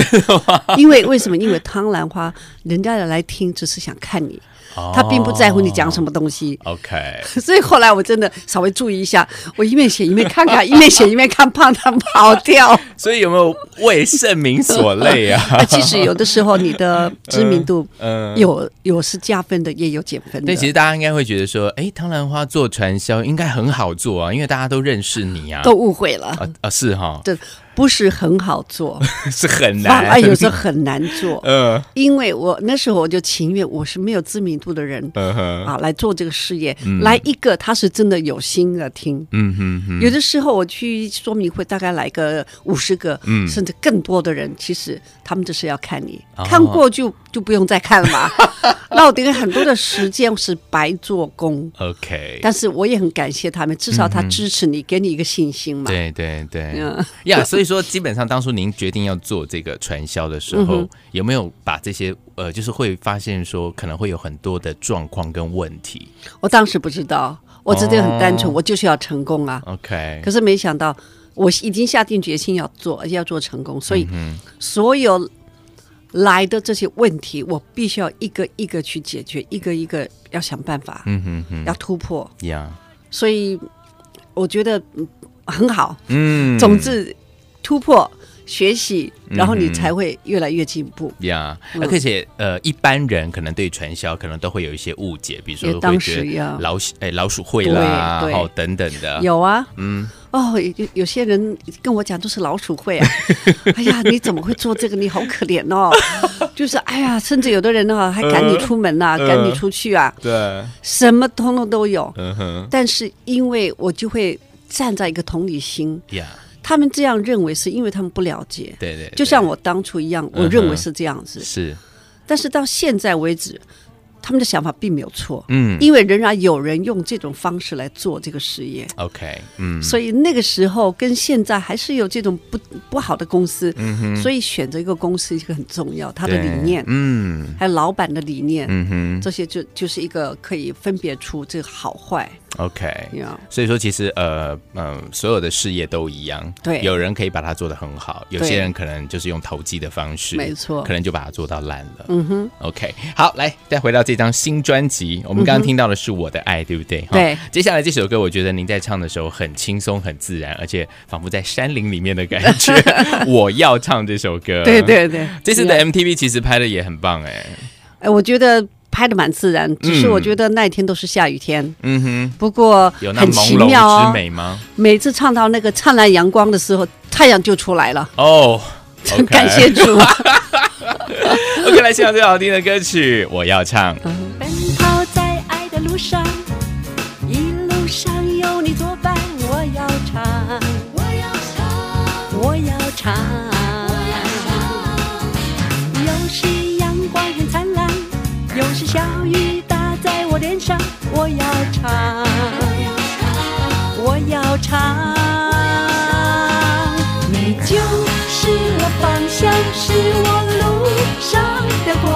S4: *laughs* 因为为什么？因为汤兰花，人家来听只是想看你，
S3: 哦
S4: 他并不在乎你讲什么东西。
S3: OK，
S4: 所以后来我真的稍微注意一下，我一面写一面看看，一面写一面看，怕他跑
S3: *laughs*
S4: 掉。
S3: 所以有没有为盛名所累啊？
S4: 啊，其实有的时候你的知名度
S3: 嗯
S4: 有有是加分的，也有减分的
S3: 对，。其实大家应该会觉得说，哎，汤兰花做传销应该很好做啊，因为大家都认识你啊，
S4: 都误会了，
S3: 啊啊是哈，
S4: 这不是很好做，
S3: 是很
S4: 反
S3: 难。
S4: 而有时候很难
S3: *laughs*
S4: 做。
S3: 呃，
S4: 因为我那时候我就情愿我是没有知名度的人
S3: 嗯哼，
S4: 啊来做这个事业，来一个他是真的有心的听。
S3: 嗯哼哼，
S4: 有的时候我去说明会，大概来个五十个，
S3: 嗯
S4: 甚至更多的人，其实他们就是要看你，
S3: 哦
S4: 看过就就不用再看了嘛。 *laughs* 那我等于很多的时间是白做工，
S3: OK，
S4: 但是我也很感谢他们，至少他支持你，给你一个信心嘛。
S3: 嗯对对对，
S4: 嗯
S3: 呀、所以说基本上当初您决定要做这个传销的
S4: 嗯
S3: 时候，有没有把这些呃，就是会发现说可能会有很多的状况跟问题
S4: 我当时不知道，我真的很单纯，
S3: 哦
S4: 我就是要成功啊。
S3: ？OK，
S4: 可是没想到，我已经下定决心要做，而且要做成功，所以所有来的这些问题，我必须要一个一个去解决，一个一个要想办法，
S3: 嗯哼哼，
S4: 要突破。
S3: 呀，
S4: 所以我觉得嗯很好，
S3: 嗯
S4: 总之突破学习，然后你才会越来越进步。
S3: 呀，
S4: 嗯
S3: 而且呃，一般人可能对传销可能都会有一些误解，比如
S4: 也
S3: 说会
S4: 当
S3: 觉
S4: 时
S3: 得
S4: 呀
S3: 老鼠哎老鼠会啦，
S4: 对对
S3: 哦等等的，
S4: 有啊，
S3: 嗯
S4: 哦，有有些人跟我讲都是老鼠
S3: *laughs*
S4: 会啊，哎呀，你怎么会做这个？你好可怜哦，就是哎呀，甚至有的人哦呢、还赶你出门呐、
S3: 呃
S4: 赶你出去啊，
S3: 对，
S4: 什么通通都有。
S3: 嗯哼，
S4: 但是因为我就会站在一个同理心，
S3: 呀，
S4: 他们这样认为是因为他们不了解，
S3: 对对，对
S4: 就像我当初一样，
S3: 嗯哼
S4: 我认为是这样子，
S3: 是
S4: 但是到现在为止，他们的想法并没有错，
S3: 嗯
S4: 因为仍然有人用这种方式来做这个事业。
S3: OK，嗯，
S4: 所以那个时候跟现在还是有这种不不好的公司，所以选择一个公司一个很重要，它的理
S3: 嗯对
S4: 念，
S3: 嗯
S4: 还有老板的理念，
S3: 嗯哼。
S4: 这些就就是一个可以分别出这个好坏
S3: OK，
S4: 呀。
S3: 所以说其实呃嗯、所有的事业都一样，
S4: 对
S3: 有人可以把它做得很好，有
S4: 对
S3: 些人可能就是用投机的方式，
S4: 没错
S3: 可能就把它做到烂了。嗯哼，OK，好，来再回到这张新专辑，我们刚刚听到的是《我的爱》，对不对？哈
S4: 对
S3: 接下来这首歌，我觉得您在唱的时候很轻松、很自然，而且仿佛在山林里面的感
S4: *laughs*
S3: 觉。我要唱这首歌，
S4: 对。对对，
S3: 这次
S4: 呀
S3: 的 MTV 其实拍的也很棒哎，
S4: 哎，我觉得拍的蛮自然，只是
S3: 嗯
S4: 我觉得那一天都是下雨天，
S3: 嗯哼，
S4: 不过
S3: 有那
S4: 很
S3: 朦
S4: 奇妙
S3: 胧之
S4: 哦。
S3: 美吗？
S4: 每次唱到那个灿烂阳光的时候，太阳就出来了，
S3: 哦、o
S4: *laughs* 感谢主。啊
S3: *laughs* OK，来欣赏最好听的歌曲，我要唱。
S4: 嗯
S2: 奔跑在爱的路上，一路上有你作伴，我要唱，我要唱，我要唱，有时阳光很灿烂，有时小雨打在我脸上，我要唱，我要唱。你就是我方向，是我路上的光。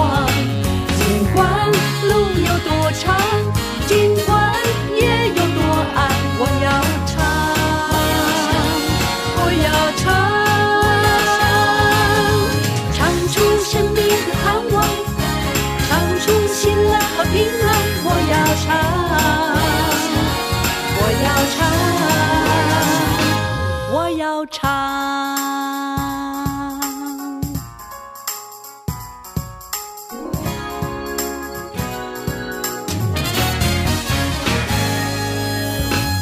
S2: 尽管路有多长，尽管夜有多暗，我要唱，我要唱，唱出生命的盼望，唱出喜乐和平安，我要唱，我要唱，我要唱。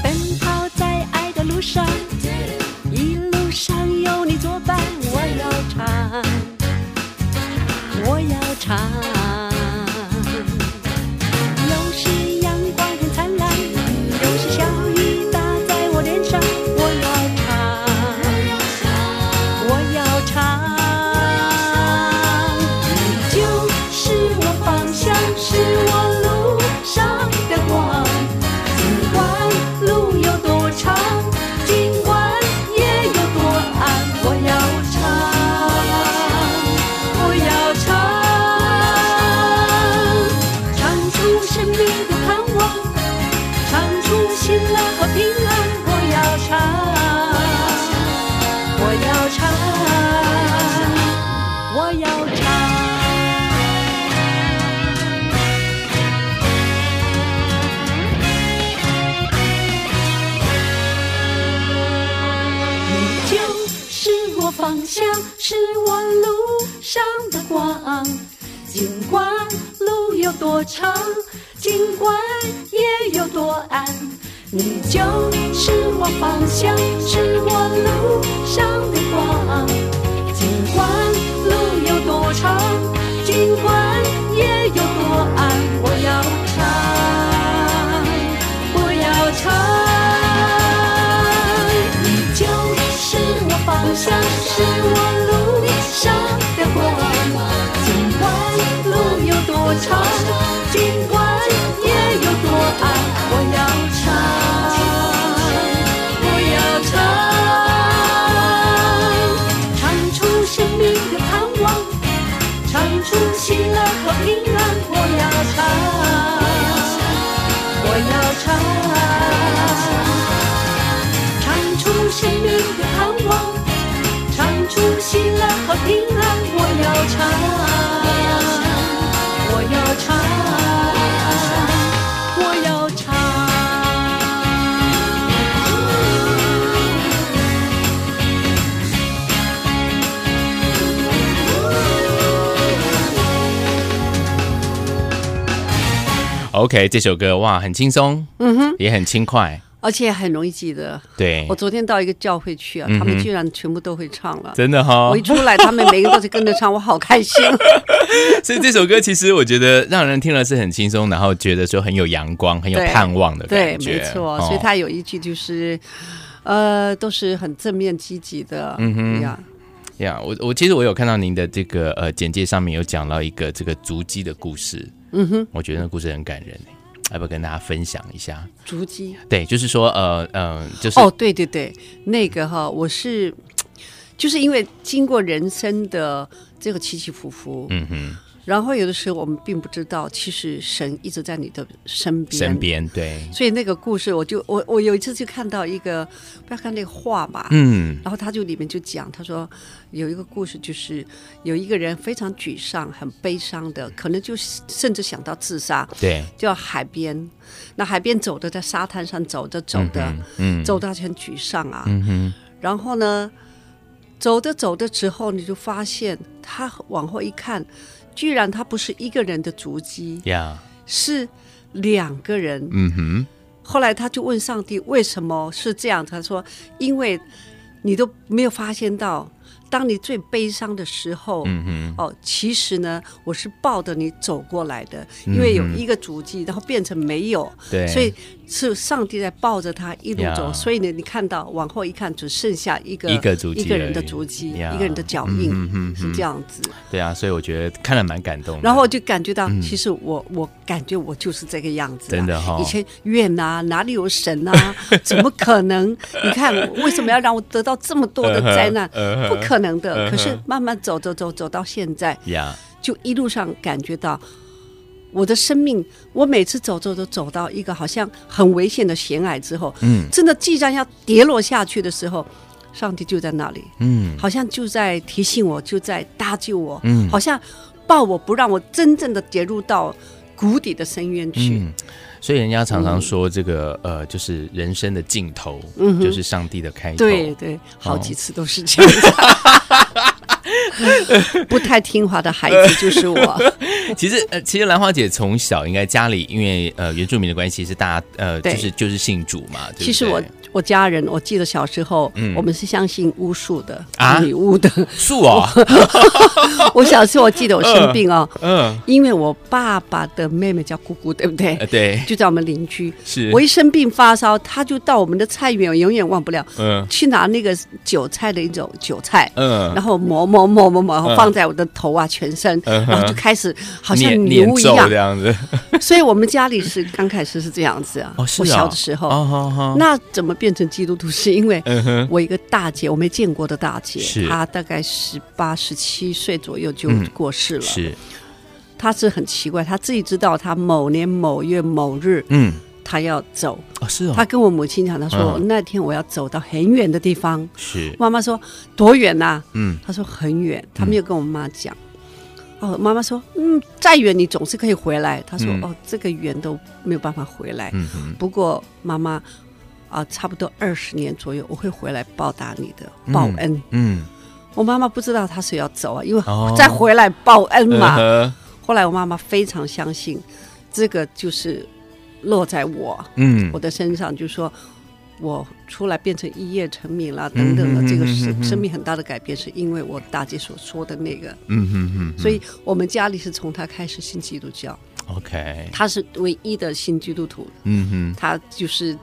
S2: 奔跑在爱的路上，一路上有你作伴，我要唱，我要唱。有时阳光很灿烂，有时小雨打在我脸上，我要唱，我要唱。你就是我方向，是我路上的光。尽管路有多长，尽管夜有多暗，我要唱，我要唱，唱出生命的盼望，唱出喜乐和平安，我要唱，我要唱，我要唱。就是我方向，是我路上的光。尽管路有多长，尽管夜有多暗，你就是我方向，是我路上的光。
S3: OK，这首歌哇，很轻松，嗯哼，也很轻快，
S4: 而且很容易记得。
S3: 对嗯
S4: 我，昨天到一个教会去啊，他们居然全部都会唱了。
S3: 真的哈、
S4: 我一出来，他们每个都是跟着唱，我好开心。
S3: *laughs* 所以这首歌其实我觉得让人听了是很轻松，然后觉得说很有阳光、很有
S4: 对
S3: 盼望的
S4: 对
S3: 感，觉。
S4: 没错。
S3: 哦
S4: 所以他有一句就是，呃，都是很正面积极的。嗯哼呀，
S3: 呀我我其实我有看到您的这个呃简介上面有讲到一个这个足迹的故事，嗯哼，我觉得那故事很感人，哎要不要跟大家分享一下？
S4: 足迹。
S3: 对，就是说呃呃，就是、
S4: 哦，对对对，那个哈，我是就是因为经过人生的这个起起伏伏，
S3: 嗯哼，
S4: 然后有的时候我们并不知道，其实神一直在你的身边。
S3: 身边对，
S4: 所以那个故事我，就我我有一次就看到一个，不要看那个画嘛，
S3: 嗯
S4: 然后他就里面就讲，他说有一个故事，就是有一个人非常沮丧、很悲伤的，可能就是甚至想到自杀，
S3: 对，
S4: 就到海边，那海边走的，在沙滩上走着走着，
S3: 嗯
S4: 走到很沮丧啊，
S3: 嗯哼，
S4: 然后呢，走着走着之后，你就发现他往后一看，居然他不是一个人的足迹，
S3: 呀，
S4: 是两个人，
S3: 嗯哼，
S4: 后来他就问上帝为什么是这样，他说：“因为你都没有发现到，当你最悲伤的时候，
S3: 嗯哼，
S4: 哦，其实呢，我是抱着你走过来的，因为有一个足迹，然后变成没有，
S3: 嗯对，
S4: 所以是上帝在抱着他一路走。
S3: 呀
S4: 所以呢，你看到往后一看，只剩下一个
S3: 一个足迹
S4: 一个人的
S3: 而已
S4: 足迹，
S3: 呀
S4: 一个人的脚印，
S3: 嗯哼嗯哼
S4: 是这样子。
S3: 对啊，所以我觉得看了蛮感动的。
S4: 然后我就感觉到，其实我我感觉我就是这个样子啊、
S3: 嗯真的哈
S4: 以前怨呐、哪里有
S3: *laughs*
S4: 神啊？怎么可能？你看为什么要让我得到这么多的灾难？
S3: *laughs* 嗯哼
S4: 不可能的。
S3: 嗯哼
S4: 可是慢慢走走走走到现在，
S3: 呀，
S4: 就一路上感觉到。我的生命，我每次走走走走到一个好像很危险的悬崖之后，
S3: 嗯
S4: 真的既然要跌落下去的时候，上帝就在那里，
S3: 嗯
S4: 好像就在提醒我，就在搭救我，
S3: 嗯
S4: 好像抱我不让我真正的跌入到谷底的深渊去。
S3: 嗯，所以人家常常说这个呃，就是人生的尽头，就是上帝的开头。
S4: 嗯对对，好几次都是这样 *laughs* 子。不太听话的孩子就
S3: *laughs*
S4: 是我，
S3: 其实呃，其实兰花姐从小应该家里因为呃原住民的关系是大家呃
S4: 对
S3: 就是就是信主嘛，对不对
S4: 其实我我家人，我记得小时候，我们是相信巫术的
S3: 嗯啊，
S4: 女巫的。 *laughs*
S3: 素哦，
S4: 我小时候我记得我生病哦，
S3: 嗯，
S4: 因为我爸爸的妹妹叫姑姑，对不对
S3: 呃？对，
S4: 就在我们邻居。
S3: 是
S4: 我一生病发烧，他就到我们的菜园，我永远忘不了，
S3: 嗯
S4: 去拿那个韭菜的一种韭菜，
S3: 嗯
S4: 然后磨磨磨磨磨，然后
S3: 嗯
S4: 放在我的头啊、全身，
S3: 嗯哼
S4: 然后就开始好像
S3: 念
S4: 女
S3: 念
S4: 巫一
S3: 咒
S4: 样
S3: 这。样子，
S4: 所以我们家里是刚开始是这样子啊，
S3: 哦是
S4: 我
S3: 啊
S4: 小的时候。
S3: 哦好好，
S4: 那怎么变成基督徒？是因为
S3: 嗯哼，
S4: 我一个大姐，我没见过的大姐
S3: 是，
S4: 她大概十八、十七岁左右就
S3: 嗯
S4: 过世了。
S3: 是
S4: 她是很奇怪，她自己知道她某年某月某日
S3: 嗯
S4: 她要走。
S3: 哦是哦
S4: 她跟我母亲讲，她说、
S3: 嗯
S4: 那天我要走到很远的地方。
S3: 是
S4: 妈妈说多远呐、
S3: 嗯
S4: 他说很远，他没有跟我妈讲。哦，妈妈说，嗯，再远你总是可以回来。他说，
S3: 嗯
S4: 哦，这个远都没有办法回来。
S3: 嗯哼
S4: 不过妈妈啊、差不多二十年左右，我会回来报答你的
S3: 嗯
S4: 报恩。
S3: 嗯
S4: 我妈妈不知道她是要走啊，因为
S3: 哦
S4: 再回来报恩
S3: 嗯
S4: 嘛。
S3: 哼
S4: 后来我妈妈非常相信，这个就是落在我
S3: 嗯
S4: 我的身上，就说。我出来变成一夜成名了，等等
S3: 嗯哼
S4: 的，这个
S3: 嗯哼
S4: 是
S3: 嗯哼
S4: 生命很大的改变，是因为我大姐所说的那个
S3: 嗯哼嗯哼，
S4: 所以我们家里是从他开始信基督教，
S3: OK
S4: 他是唯一的信基督徒，
S3: 嗯哼。
S4: 他就是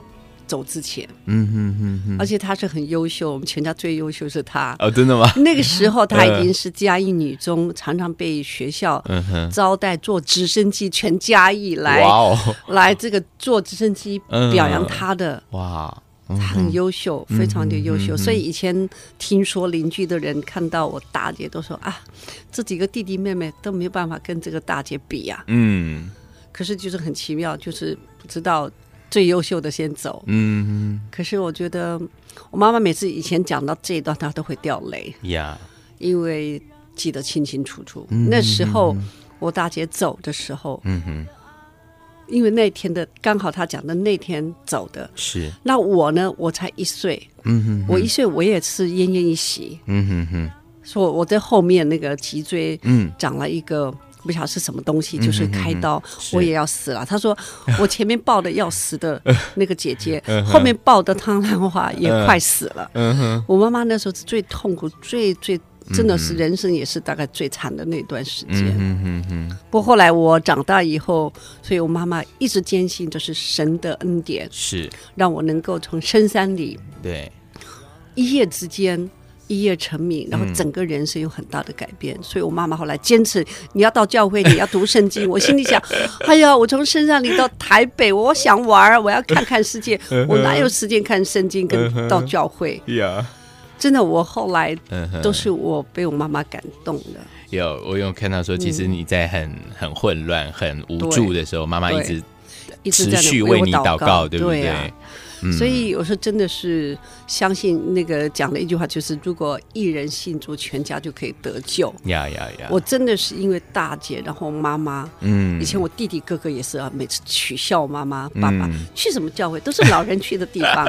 S4: 走之前，
S3: 嗯哼哼哼，
S4: 而且他是很优秀，我们全家最优秀是他。
S3: 哦，真的吗？
S4: 那个时候他已经是嘉义女中，常常被学校
S3: 嗯哼，
S4: 招待坐直升机全嘉义来
S3: 哇哦，
S4: 来这个坐直升机
S3: 嗯
S4: 表扬他的。
S3: 哇，
S4: 他很优秀，非常的优
S3: 嗯
S4: 秀，所以以前听说邻居的人看到我大姐都说啊，这几个弟弟妹妹都没有办法跟这个大姐比呀、
S3: 嗯
S4: 可是就是很奇妙，就是不知道最优秀的先走。
S3: 嗯
S4: 可是我觉得我妈妈每次以前讲到这一段，她都会掉泪，
S3: 呀，
S4: 因为记得清清楚楚。那时候我大姐走的时候，
S3: 嗯哼，
S4: 因为那天的刚好她讲的那天走的，
S3: 是，
S4: 那我呢，我才一岁，
S3: 嗯哼，
S4: 我一岁我也是奄奄一息，
S3: 嗯哼哼，
S4: 说我在后面那个脊椎
S3: 嗯
S4: 长了一个不晓得是什么东西，就是开刀，
S3: 是
S4: 我也要死了。他说我前面抱的要
S3: *laughs*
S4: 死的那个姐姐，后面抱的汤兰花也快死了。
S3: 嗯哼，
S4: 我妈妈那时候是最痛苦、最最真的是人生也是大概最惨的那段时间。
S3: 嗯哼哼，
S4: 不过后来我长大以后，所以我妈妈一直坚信这是神的恩典，
S3: 是
S4: 让我能够从深山里
S3: 对，
S4: 一夜之间。一夜成名，
S3: 嗯
S4: 然后整个人生有很大的改变，所以我妈妈后来坚持你要到教会，你要读圣
S3: *laughs*
S4: 经。我心里想，哎呀，我从深山里到台北，我想玩儿，我要看看
S3: *laughs*
S4: 世界，
S3: 嗯
S4: 我哪有时间看圣经跟到教会？
S3: 呀，
S4: 真的，我后来
S3: 嗯哼
S4: 都是我被我妈妈感动的。
S3: 有我有看到说，其实你在很很混乱、很无助的时候，妈妈一直
S4: 一直
S3: 持
S4: 在那
S3: 续为
S4: 为
S3: 你
S4: 我
S3: 祷告，
S4: 告，
S3: 不对？嗯
S4: 啊所以有时候真的是相信那个讲的一句话，就是如果一人信主，全家就可以得救。
S3: 呀呀呀！
S4: 我真的是因为大姐，然后妈妈，
S3: 啊嗯
S4: 以前我弟弟哥哥也是啊，每次取笑妈妈、爸爸、
S3: 嗯
S4: 去什么教会，都是老人去的地
S3: *laughs*
S4: 方。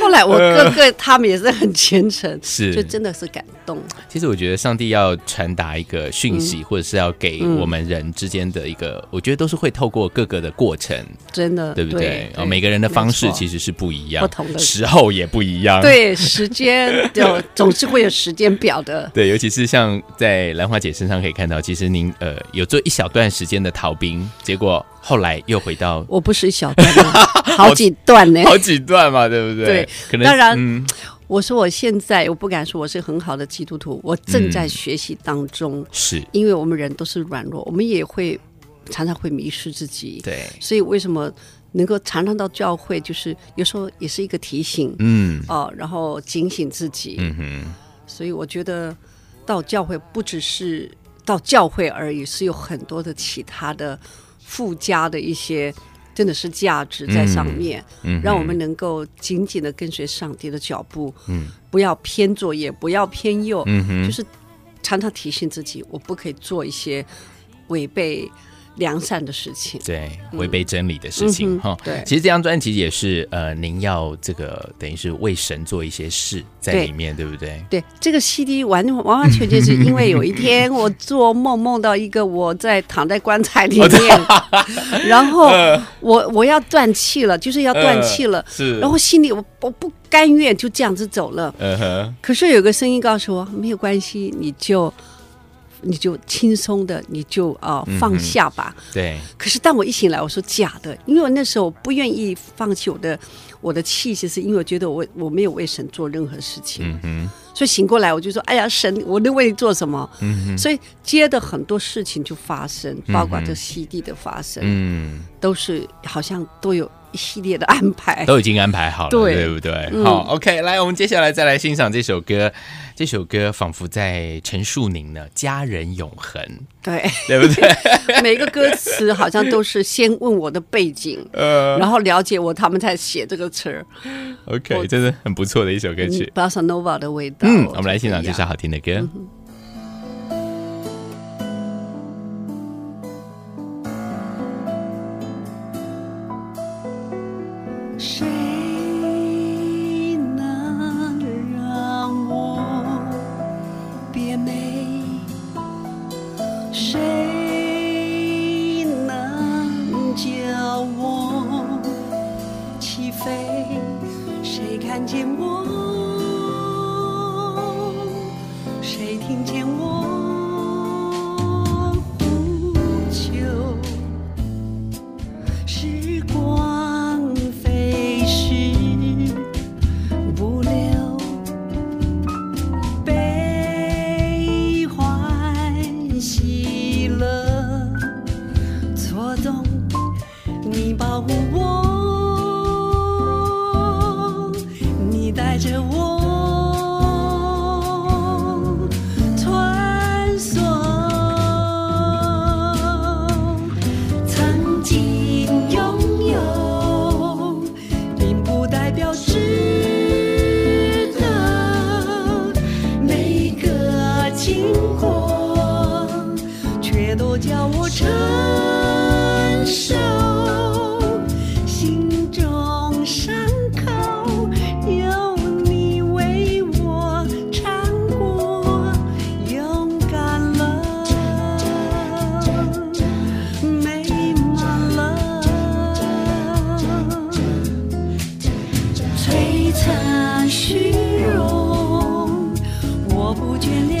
S4: 后来我哥哥他们也是很虔诚，
S3: 是
S4: 就真的是感动。
S3: 其实我觉得上帝要传达一个讯息，或者是要给我们人之间的一个，我觉得都是会透过各个的过程，
S4: 真的，
S3: 对不对？哦，每个人的方式其实是不一样，
S4: 不同的
S3: 时候也不一样，
S4: 对时间就总是会有时间表的。
S3: 对，尤其是像在兰花姐身上可以看到，其实您呃有做一小段时间的逃兵，结果后来又回到
S4: 我不是一小段
S3: *laughs*
S4: 啊，好几段呢。
S3: 好几段嘛，对不对？
S4: 对
S3: 可能
S4: 当然
S3: 嗯
S4: 我说我现在我不敢说我是很好的基督徒，我正
S3: 嗯
S4: 在学习当中，
S3: 是
S4: 因为我们人都是软弱，我们也会常常会迷失自己。，
S3: 对，
S4: 所以为什么能够常常到教会，就是有时候也是一个提醒、
S3: 嗯
S4: 哦，然后警醒自己。
S3: 嗯哼，
S4: 所以我觉得到教会不只是到教会而已，是有很多的其他的附加的一些。真的是价值在上面，
S3: 嗯哼
S4: 让我们能够紧紧的跟随上帝的脚步，不要偏左也不要偏右，
S3: 嗯哼
S4: 就是常常提醒自己，我不可以做一些违背良善的事情。
S3: 对，违背真理的事情
S4: 嗯
S3: 哈、
S4: 哼对
S3: 其实这张专辑也是呃，您要这个等于是为神做一些事在
S4: 对
S3: 里面，对不对？
S4: 对，这个 CD 完完完全全是因为有一天我做梦梦到一个我在躺在棺材里面， *laughs* 然后我我要断气了，就是要断气了，
S3: 呃是
S4: 然后心里我我不甘愿就这样子走了，
S3: 嗯哼，
S4: 可是有个声音告诉我没有关系，你就你就轻松的，你就啊、呃放下吧。
S3: 对，
S4: 可是当我一醒来，我说假的，因为我那时候不愿意放弃我的我的气息，是因为我觉得我我没有为神做任何事情，
S3: 嗯哼，
S4: 所以醒过来我就说，哎呀，神，我能为你做什么？
S3: 嗯
S4: 所以接的很多事情就发生，包括这 CD 的发生，
S3: 嗯，
S4: 都是好像都有一系列的安排。
S3: 都已经安排好了，对
S4: 哎对嗯
S3: 不对？好，OK，来，我们接下来再来欣赏这首歌，这首歌仿佛在陈述您呢家人永恒，
S4: 对， *laughs*
S3: 对不对？
S4: 每个歌词好像都是先问我的背景，
S3: 呃
S4: 然后了解我，他们才写这个词儿。
S3: ，OK，真的很不错的一首歌
S4: 嗯
S3: 曲。
S4: ，bossa nova 的味道。
S3: 嗯，
S4: 觉
S3: 我们来欣赏
S4: 得
S3: 这
S4: 一
S3: 首
S4: 样
S3: 好听的歌。
S4: 嗯
S2: 谁能让我变美？谁能教我起飞？谁看见我？谁听见我呼求？时光飞逝不留，悲欢喜乐错动，你保护我，你带着我穿梭。曾经拥有，并不代表值得。每个经过，却都叫我承受。心中伤口，有你为我尝过，勇敢了。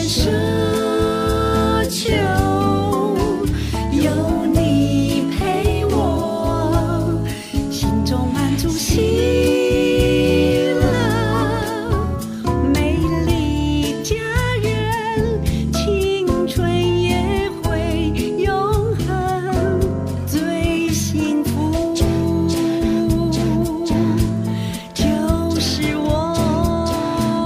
S2: 奢求，有你陪我，心中满足喜乐，美丽家人，青春也会永恒，最幸福。就是我。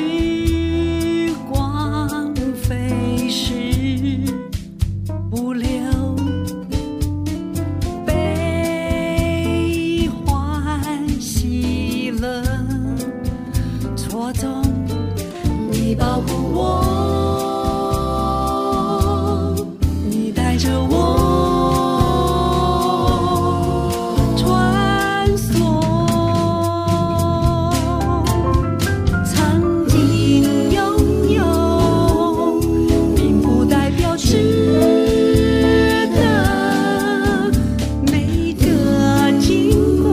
S2: 时光飞逝不留，悲欢喜乐错综，你保护我，你带着我穿梭。曾经拥有，并不代表值得。每个经过，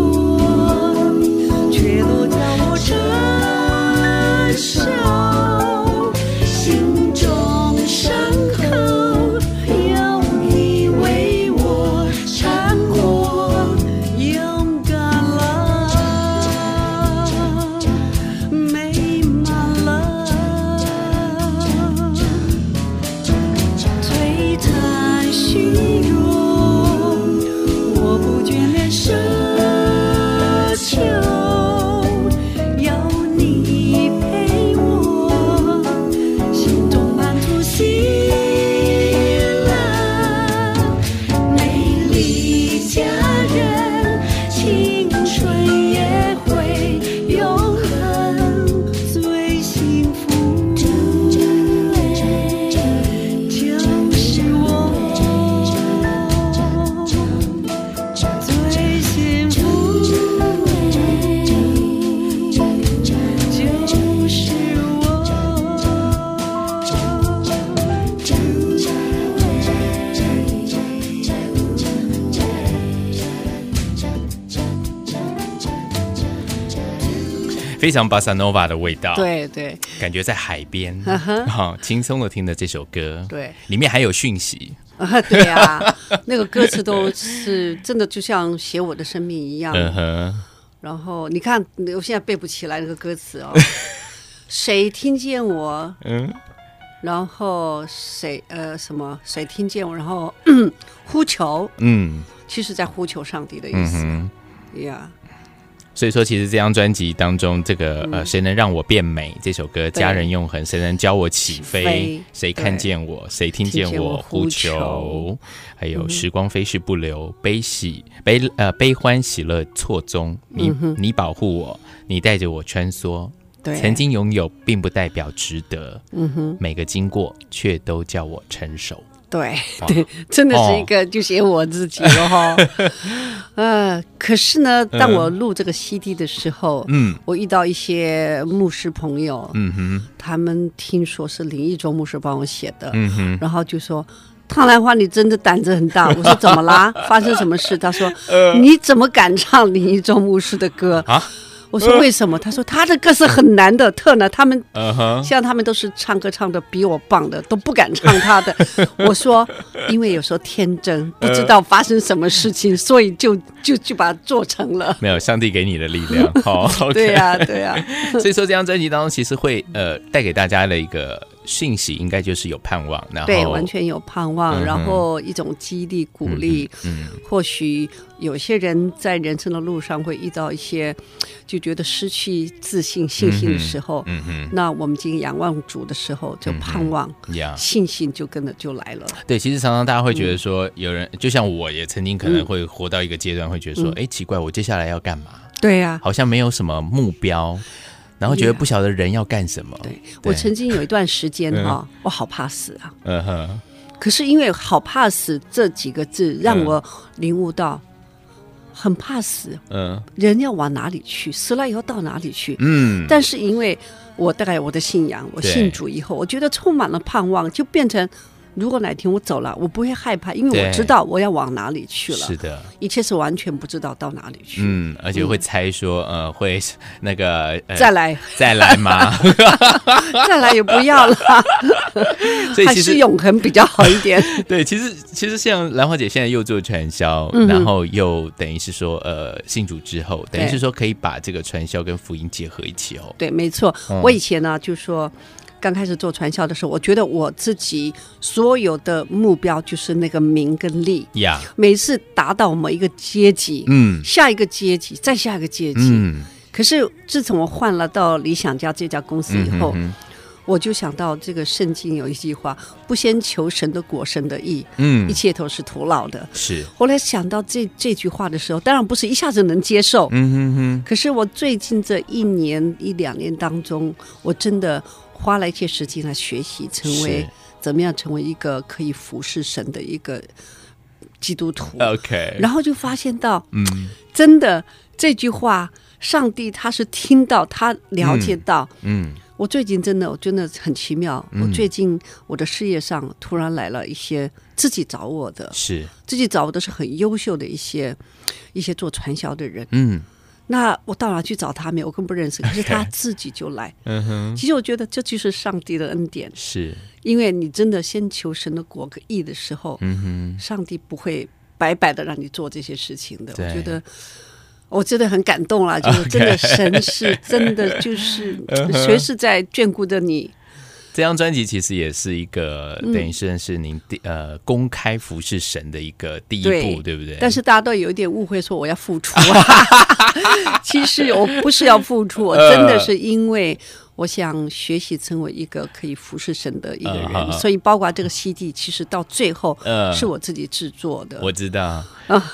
S2: 却都叫我承受。心中伤口，有你为我穿过，勇敢了。美满了，摧残虚荣，我不眷恋奢求，有你陪我，心中满足喜乐，美丽家人，青春也会永恒，最幸福就是我，最幸福就是
S3: 非常巴萨诺瓦的味道，，
S4: 对对
S3: 感觉在海 *laughs* 边，
S4: 嗯哼
S3: 好、轻松的听着这首歌，
S4: 对，
S3: 里面还有讯息，
S4: 啊 *laughs* 对啊，那个歌词都是真的，就像写我的生命一样。
S3: 嗯哼，
S4: 然后你看，我现在背不起来那个歌
S3: *laughs*
S4: 词哦。谁听见我？
S3: 嗯，
S4: 然后谁呃什么？谁听见我？然后 *coughs* 呼求，
S3: 嗯
S4: 其实在呼求上帝的意
S3: 嗯
S4: 思
S3: 哼。
S4: 呀。
S3: 所以说，其实这张专辑当中，这个、呃，谁能让我变美这首歌，家人永恒，谁能教我起飞，
S4: 飞
S3: 谁看见我，谁听见
S4: 听见
S3: 我
S4: 我
S3: 呼
S4: 呼
S3: 求，嗯
S4: 求
S3: 还有时光飞逝不留，悲喜悲呃悲欢喜乐错综，你、你保护我，你带着我穿梭。
S4: 对
S3: 曾经拥有并不代表值得，嗯哼，每个经过却都叫我成熟。
S4: 对
S3: 哦
S4: *laughs* 对，真的是一个就写我自己了哈。 *laughs* 呃，可是呢，当我录这个 CD 的时候，
S3: 嗯
S4: 我遇到一些牧师朋友，
S3: 嗯哼，
S4: 他们听说是林一中牧师帮我写的，
S3: 嗯哼，
S4: 然后就说。唐兰花，你真的胆子很大。我说怎么啦？发生什么事？
S3: *laughs*
S4: 他说，你怎么敢唱林一中牧师的歌？
S3: 呃啊
S4: 我说为什么？他说他的歌是很难的，特难。他们
S3: 嗯哼，
S4: 像他们都是唱歌唱的比我棒的，都不敢唱
S3: *laughs*
S4: 他的。我说，因为有时候天真，不知道发生什么事情，所以就就就把它做成了。
S3: 没有上帝给你的力
S4: *laughs*
S3: 量。好，OK
S4: 对呀、对呀、
S3: 所以说这张专辑当中，其实会呃带给大家的一个讯息应该就是有盼望，然后
S4: 对，完全有盼望，
S3: 嗯哼
S4: 然后一种激励、鼓励。
S3: 嗯
S4: 或许有些人在人生的路上会遇到一些，就觉得失去自信、信心的时候，
S3: 嗯哼嗯
S4: 那我们已经仰望主的时候，就盼望、
S3: 呀。
S4: 信心就跟着就来了。
S3: 对，其实常常大家会觉得说，有人就像我也曾经可能会活到一个阶段，会觉得说，
S4: 嗯
S3: 哎、奇怪，我接下来要干嘛？
S4: 对呀、
S3: 好像没有什么目标，然后觉得
S4: Yeah
S3: 不晓得人要干什么。
S4: 对我曾经有一段时间哈、我好怕死啊。
S3: 嗯哼，
S4: 可是因为“好怕死”这几个字，让我领悟到，很怕死，
S3: 嗯
S4: 人要往哪里去，死了以后到哪里去。
S3: 嗯，
S4: 但是因为我大概我的信仰，我
S3: 对
S4: 信主以后，我觉得充满了盼望，就变成。如果哪天我走了，我不会害怕，因为
S3: 对
S4: 我知道我要往哪里去了。
S3: 是的，
S4: 一切是完全不知道到哪里去。
S3: 嗯，而且会猜说，呃，会 *laughs* 那个、呃、
S4: 再来， *laughs*
S3: 再来吗？ *laughs*
S4: 再来也不要了，
S3: 所以
S4: 还
S3: 其
S4: 是
S3: 实
S4: 永恒比较好一点。
S3: 对，其实其实像兰花姐现在又做传销，然后又等于是说，呃，信主之后，等于
S4: 嗯对
S3: 是说可以把这个传销跟福音结合一起哦。
S4: 对，没错。我以前呢，就说刚开始做传销的时候，我觉得我自己所有的目标就是那个名跟利，
S3: 呀，
S4: 每次达到某一个阶级，
S3: 嗯
S4: 下一个阶级，再下一个阶级。
S3: 嗯，
S4: 可是自从我换了到理想家这家公司以后，
S3: 嗯哼
S4: 我就想到这个圣经有一句话：“不先求神的果，神的义，
S3: 嗯
S4: 一切都是徒劳的。”
S3: 是，
S4: 后来想到这这句话的时候，当然不是一下子能接受，
S3: 嗯哼哼，
S4: 可是我最近这一年一两年当中，我真的花了一些时间来学习，成为
S3: 是
S4: 怎么样成为一个可以服侍神的一个基督徒。
S3: 呃 OK，
S4: 然后就发现到，
S3: 嗯
S4: 真的这句话，上帝他是听到，他了解到。
S3: 嗯
S4: 我最近真的，我真的很奇妙。我最近我的事业上突然来了一些自己找我的，
S3: 是，
S4: 自己找我的是很优秀的一些一些做传销的人。
S3: 嗯
S4: 那我到哪去找他们？我更不认识，可是
S3: OK
S4: 他自己就来。
S3: 嗯哼，
S4: 其实我觉得这就是上帝的恩典，
S3: 是，
S4: 因为你真的先求神的国跟义的时候，
S3: 嗯
S4: 上帝不会白白的让你做这些事情的。
S3: 对
S4: 我觉得。我真的很感动啦，就是真的，神是真的，就是
S3: 嗯
S4: 随时在眷顾着你。
S3: 哼，这张专辑其实也是一个，
S4: 嗯
S3: 等于是是您第呃公开服侍神的一个第一
S4: 对
S3: 步，对不对？
S4: 但是大家都有一点误会，说我要
S3: *laughs*
S4: 付出啊。其实我不是要付出，我真的是因为我想学习成为一个可以服侍神的一个人，
S3: 呃好
S4: 所以包括这个 CD，其实到最后
S3: 呃
S4: 是我自己制作的。
S3: 我知道，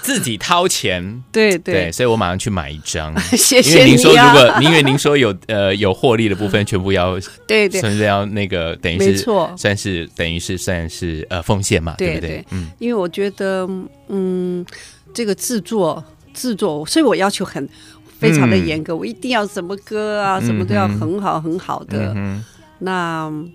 S3: 自己掏钱。
S4: 啊对
S3: 对，
S4: 对，
S3: 所以我马上去买一张。
S4: *laughs* 谢
S3: 因为
S4: 谢
S3: 您说
S4: 你
S3: 如
S4: 啊！
S3: 果，因为您说有呃有获利的部分，全部要
S4: 对对，
S3: 甚至要那个等于
S4: 没
S3: 是
S4: 错
S3: 算是等于是算是呃奉献嘛，
S4: 对
S3: 不对
S4: 对？
S3: 嗯，
S4: 因为我觉得，嗯，这个制作制作，所以我要求很非常
S3: 嗯
S4: 的严格，我一定要什么歌啊，什么都要很好很好的。
S3: 嗯
S4: 那嗯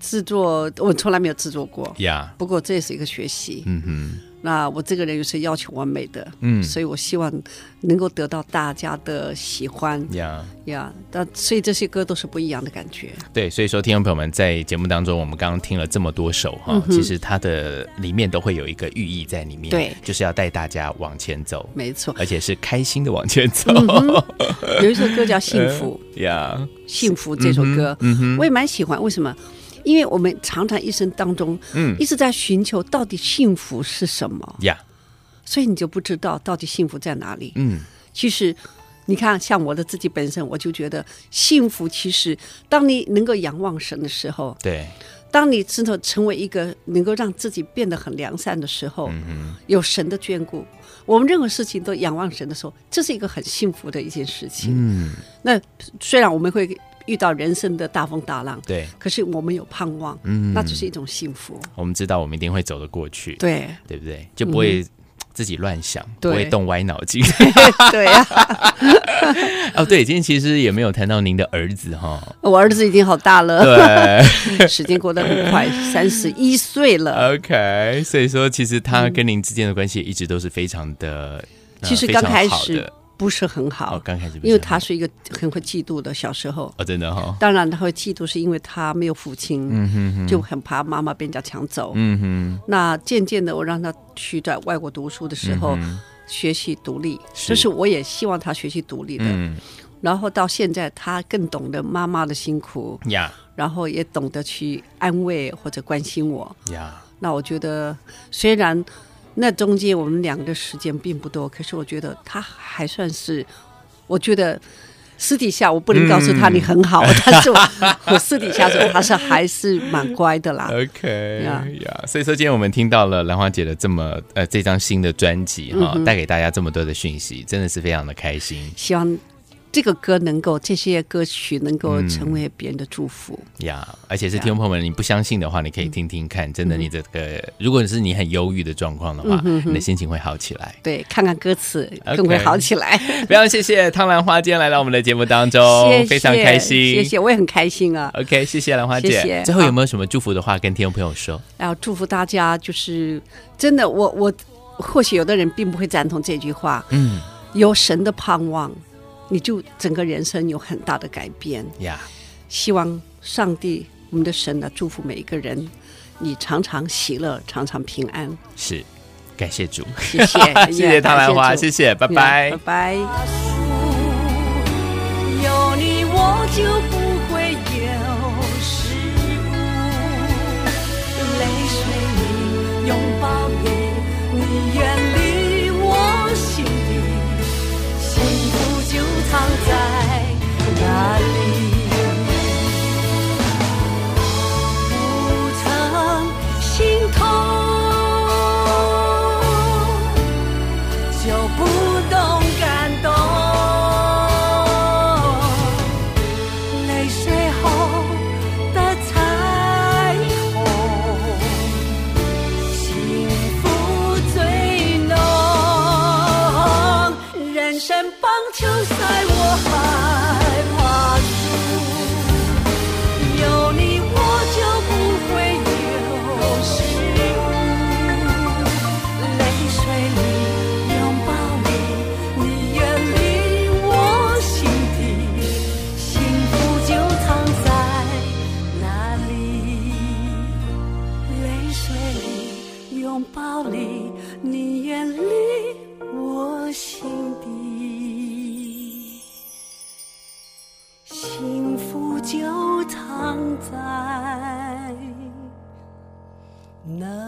S4: 制作我从来没有制作过，
S3: 呀，
S4: 不过这也是一个学习。
S3: 嗯哼，
S4: 那我这个人又是要求完美的，
S3: 嗯
S4: 所以我希望能够得到大家的喜欢
S3: 呀。
S4: 呀。那所以这些歌都是不一样的感觉。
S3: 对，所以说听众朋友们，在节目当中，我们刚刚听了这么多首
S4: 嗯
S3: 哈，其实它的里面都会有一个寓意在里面，
S4: 对
S3: 就是要带大家往前走，
S4: 没错，嗯
S3: 而且是开心的往前走，
S4: 有一首歌叫《幸福
S3: *laughs* 呀，》，
S4: 幸福这首歌，
S3: 呃嗯哼，
S4: 我也蛮喜欢。为什么？因为我们常常一生当中，
S3: 嗯
S4: 一直在寻求到底幸福是什么，
S3: 呀，
S4: 所以你就不知道到底幸福在哪里。
S3: 嗯
S4: 其实，你看，像我的自己本身，我就觉得幸福。其实，当你能够仰望神的时候，
S3: 对，
S4: 当你真的成为一个能够让自己变得很良善的时候，
S3: 嗯
S4: 有神的眷顾，我们任何事情都仰望神的时候，这是一个很幸福的一件事情。
S3: 嗯
S4: 那虽然我们会遇到人生的大风大浪，
S3: 对，
S4: 可是我们有盼望，
S3: 嗯
S4: 那就是一种幸福。
S3: 我们知道我们一定会走得过去，
S4: 对
S3: 对不对？就不会自己乱想，不
S4: 嗯对
S3: 会动歪脑
S4: *laughs*
S3: 筋。
S4: 对啊呀、
S3: 哦，对，今天其实也没有谈到您的儿子哈。
S4: *laughs* 我儿子已经好大了，
S3: 对
S4: *laughs*
S3: 呃
S4: 时间过得很快，三十一岁了。
S3: ，OK，所以说其实他跟您之间的关系也一直都是非常的，呃
S4: 其实
S3: 非
S4: 刚
S3: 常
S4: 开
S3: 好
S4: 始
S3: 的
S4: 不是很好，
S3: 哦，刚开始不
S4: 因
S3: 是
S4: 为
S3: 很
S4: 他
S3: 好
S4: 是一个很会嫉妒的小时候。
S3: 哦，真的哈，
S4: 当然，他会嫉妒，是因为他没有父亲，就很怕妈妈被人家抢走。
S3: 嗯
S4: 那渐渐的，我让他去在外国读书的时候，学习独立，
S3: 嗯是
S4: 就是我也希望他学习独立的。
S3: 哼，嗯
S4: 然后到现在，他更懂得妈妈的辛苦，
S3: 呀
S4: 然后也懂得去安慰或者关心我。
S3: 呀，
S4: 那我觉得，虽然那中间我们两个的时间并不多，可是我觉得他还算是，我觉得私底下我不能告诉他
S3: 嗯
S4: 你很好，但是我 *laughs* 我私底下说他是还是蛮乖的
S3: 嗯
S4: 啦。
S3: OK 呀、
S4: 啊呀
S3: 所以说今天我们听到了兰花姐的这么呃这张新的专辑哈、
S4: 嗯哼
S3: 带给大家这么多的讯息，真的是非常的开心
S4: 希望这个歌能够，这些歌曲能够成为别人的祝福。
S3: 呀而且是听众朋友们，你不相信的话，你可以听听
S4: 嗯
S3: 看，真的你这个，如果是你很忧郁的状况的话，
S4: 嗯
S3: 你的心情会好起来。
S4: 对，看看歌词
S3: OK
S4: 更会好起来。
S3: 非常谢谢汤兰花今天来到我们的节目当中，
S4: 谢谢，
S3: 哦非常开心。
S4: 谢谢，我也很开心啊。
S3: OK，谢谢兰花姐。
S4: 谢谢
S3: 最后有没有什么祝福的话跟听众朋友说？
S4: 然后哎祝福大家，就是真的，我我或许有的人并不会赞同这句话，
S3: 嗯
S4: 有神的盼望，你就整个人生有很大的改变。
S3: 呀，
S4: 希望上帝，我们的神呢、祝福每一个人，你常常喜乐，常常平安。
S3: 是，感谢主，
S4: 谢
S3: *laughs*
S4: 谢，
S3: 谢谢汤兰花，谢
S4: 谢
S3: 谢，拜
S4: 主，
S3: 拜
S4: 拜。拜。
S2: 有你我就不会有失误，泪水里拥抱你，你远离我心底，幸福就藏在那里。不曾心痛，就不懂感动。泪水后的彩虹，幸福最浓。人生棒球赛，我害怕输。有你我就不会有失误，泪水里拥抱你，你远离我心底，幸福就藏在那里。泪水里拥抱你，你远离我心底。幸福就藏在那。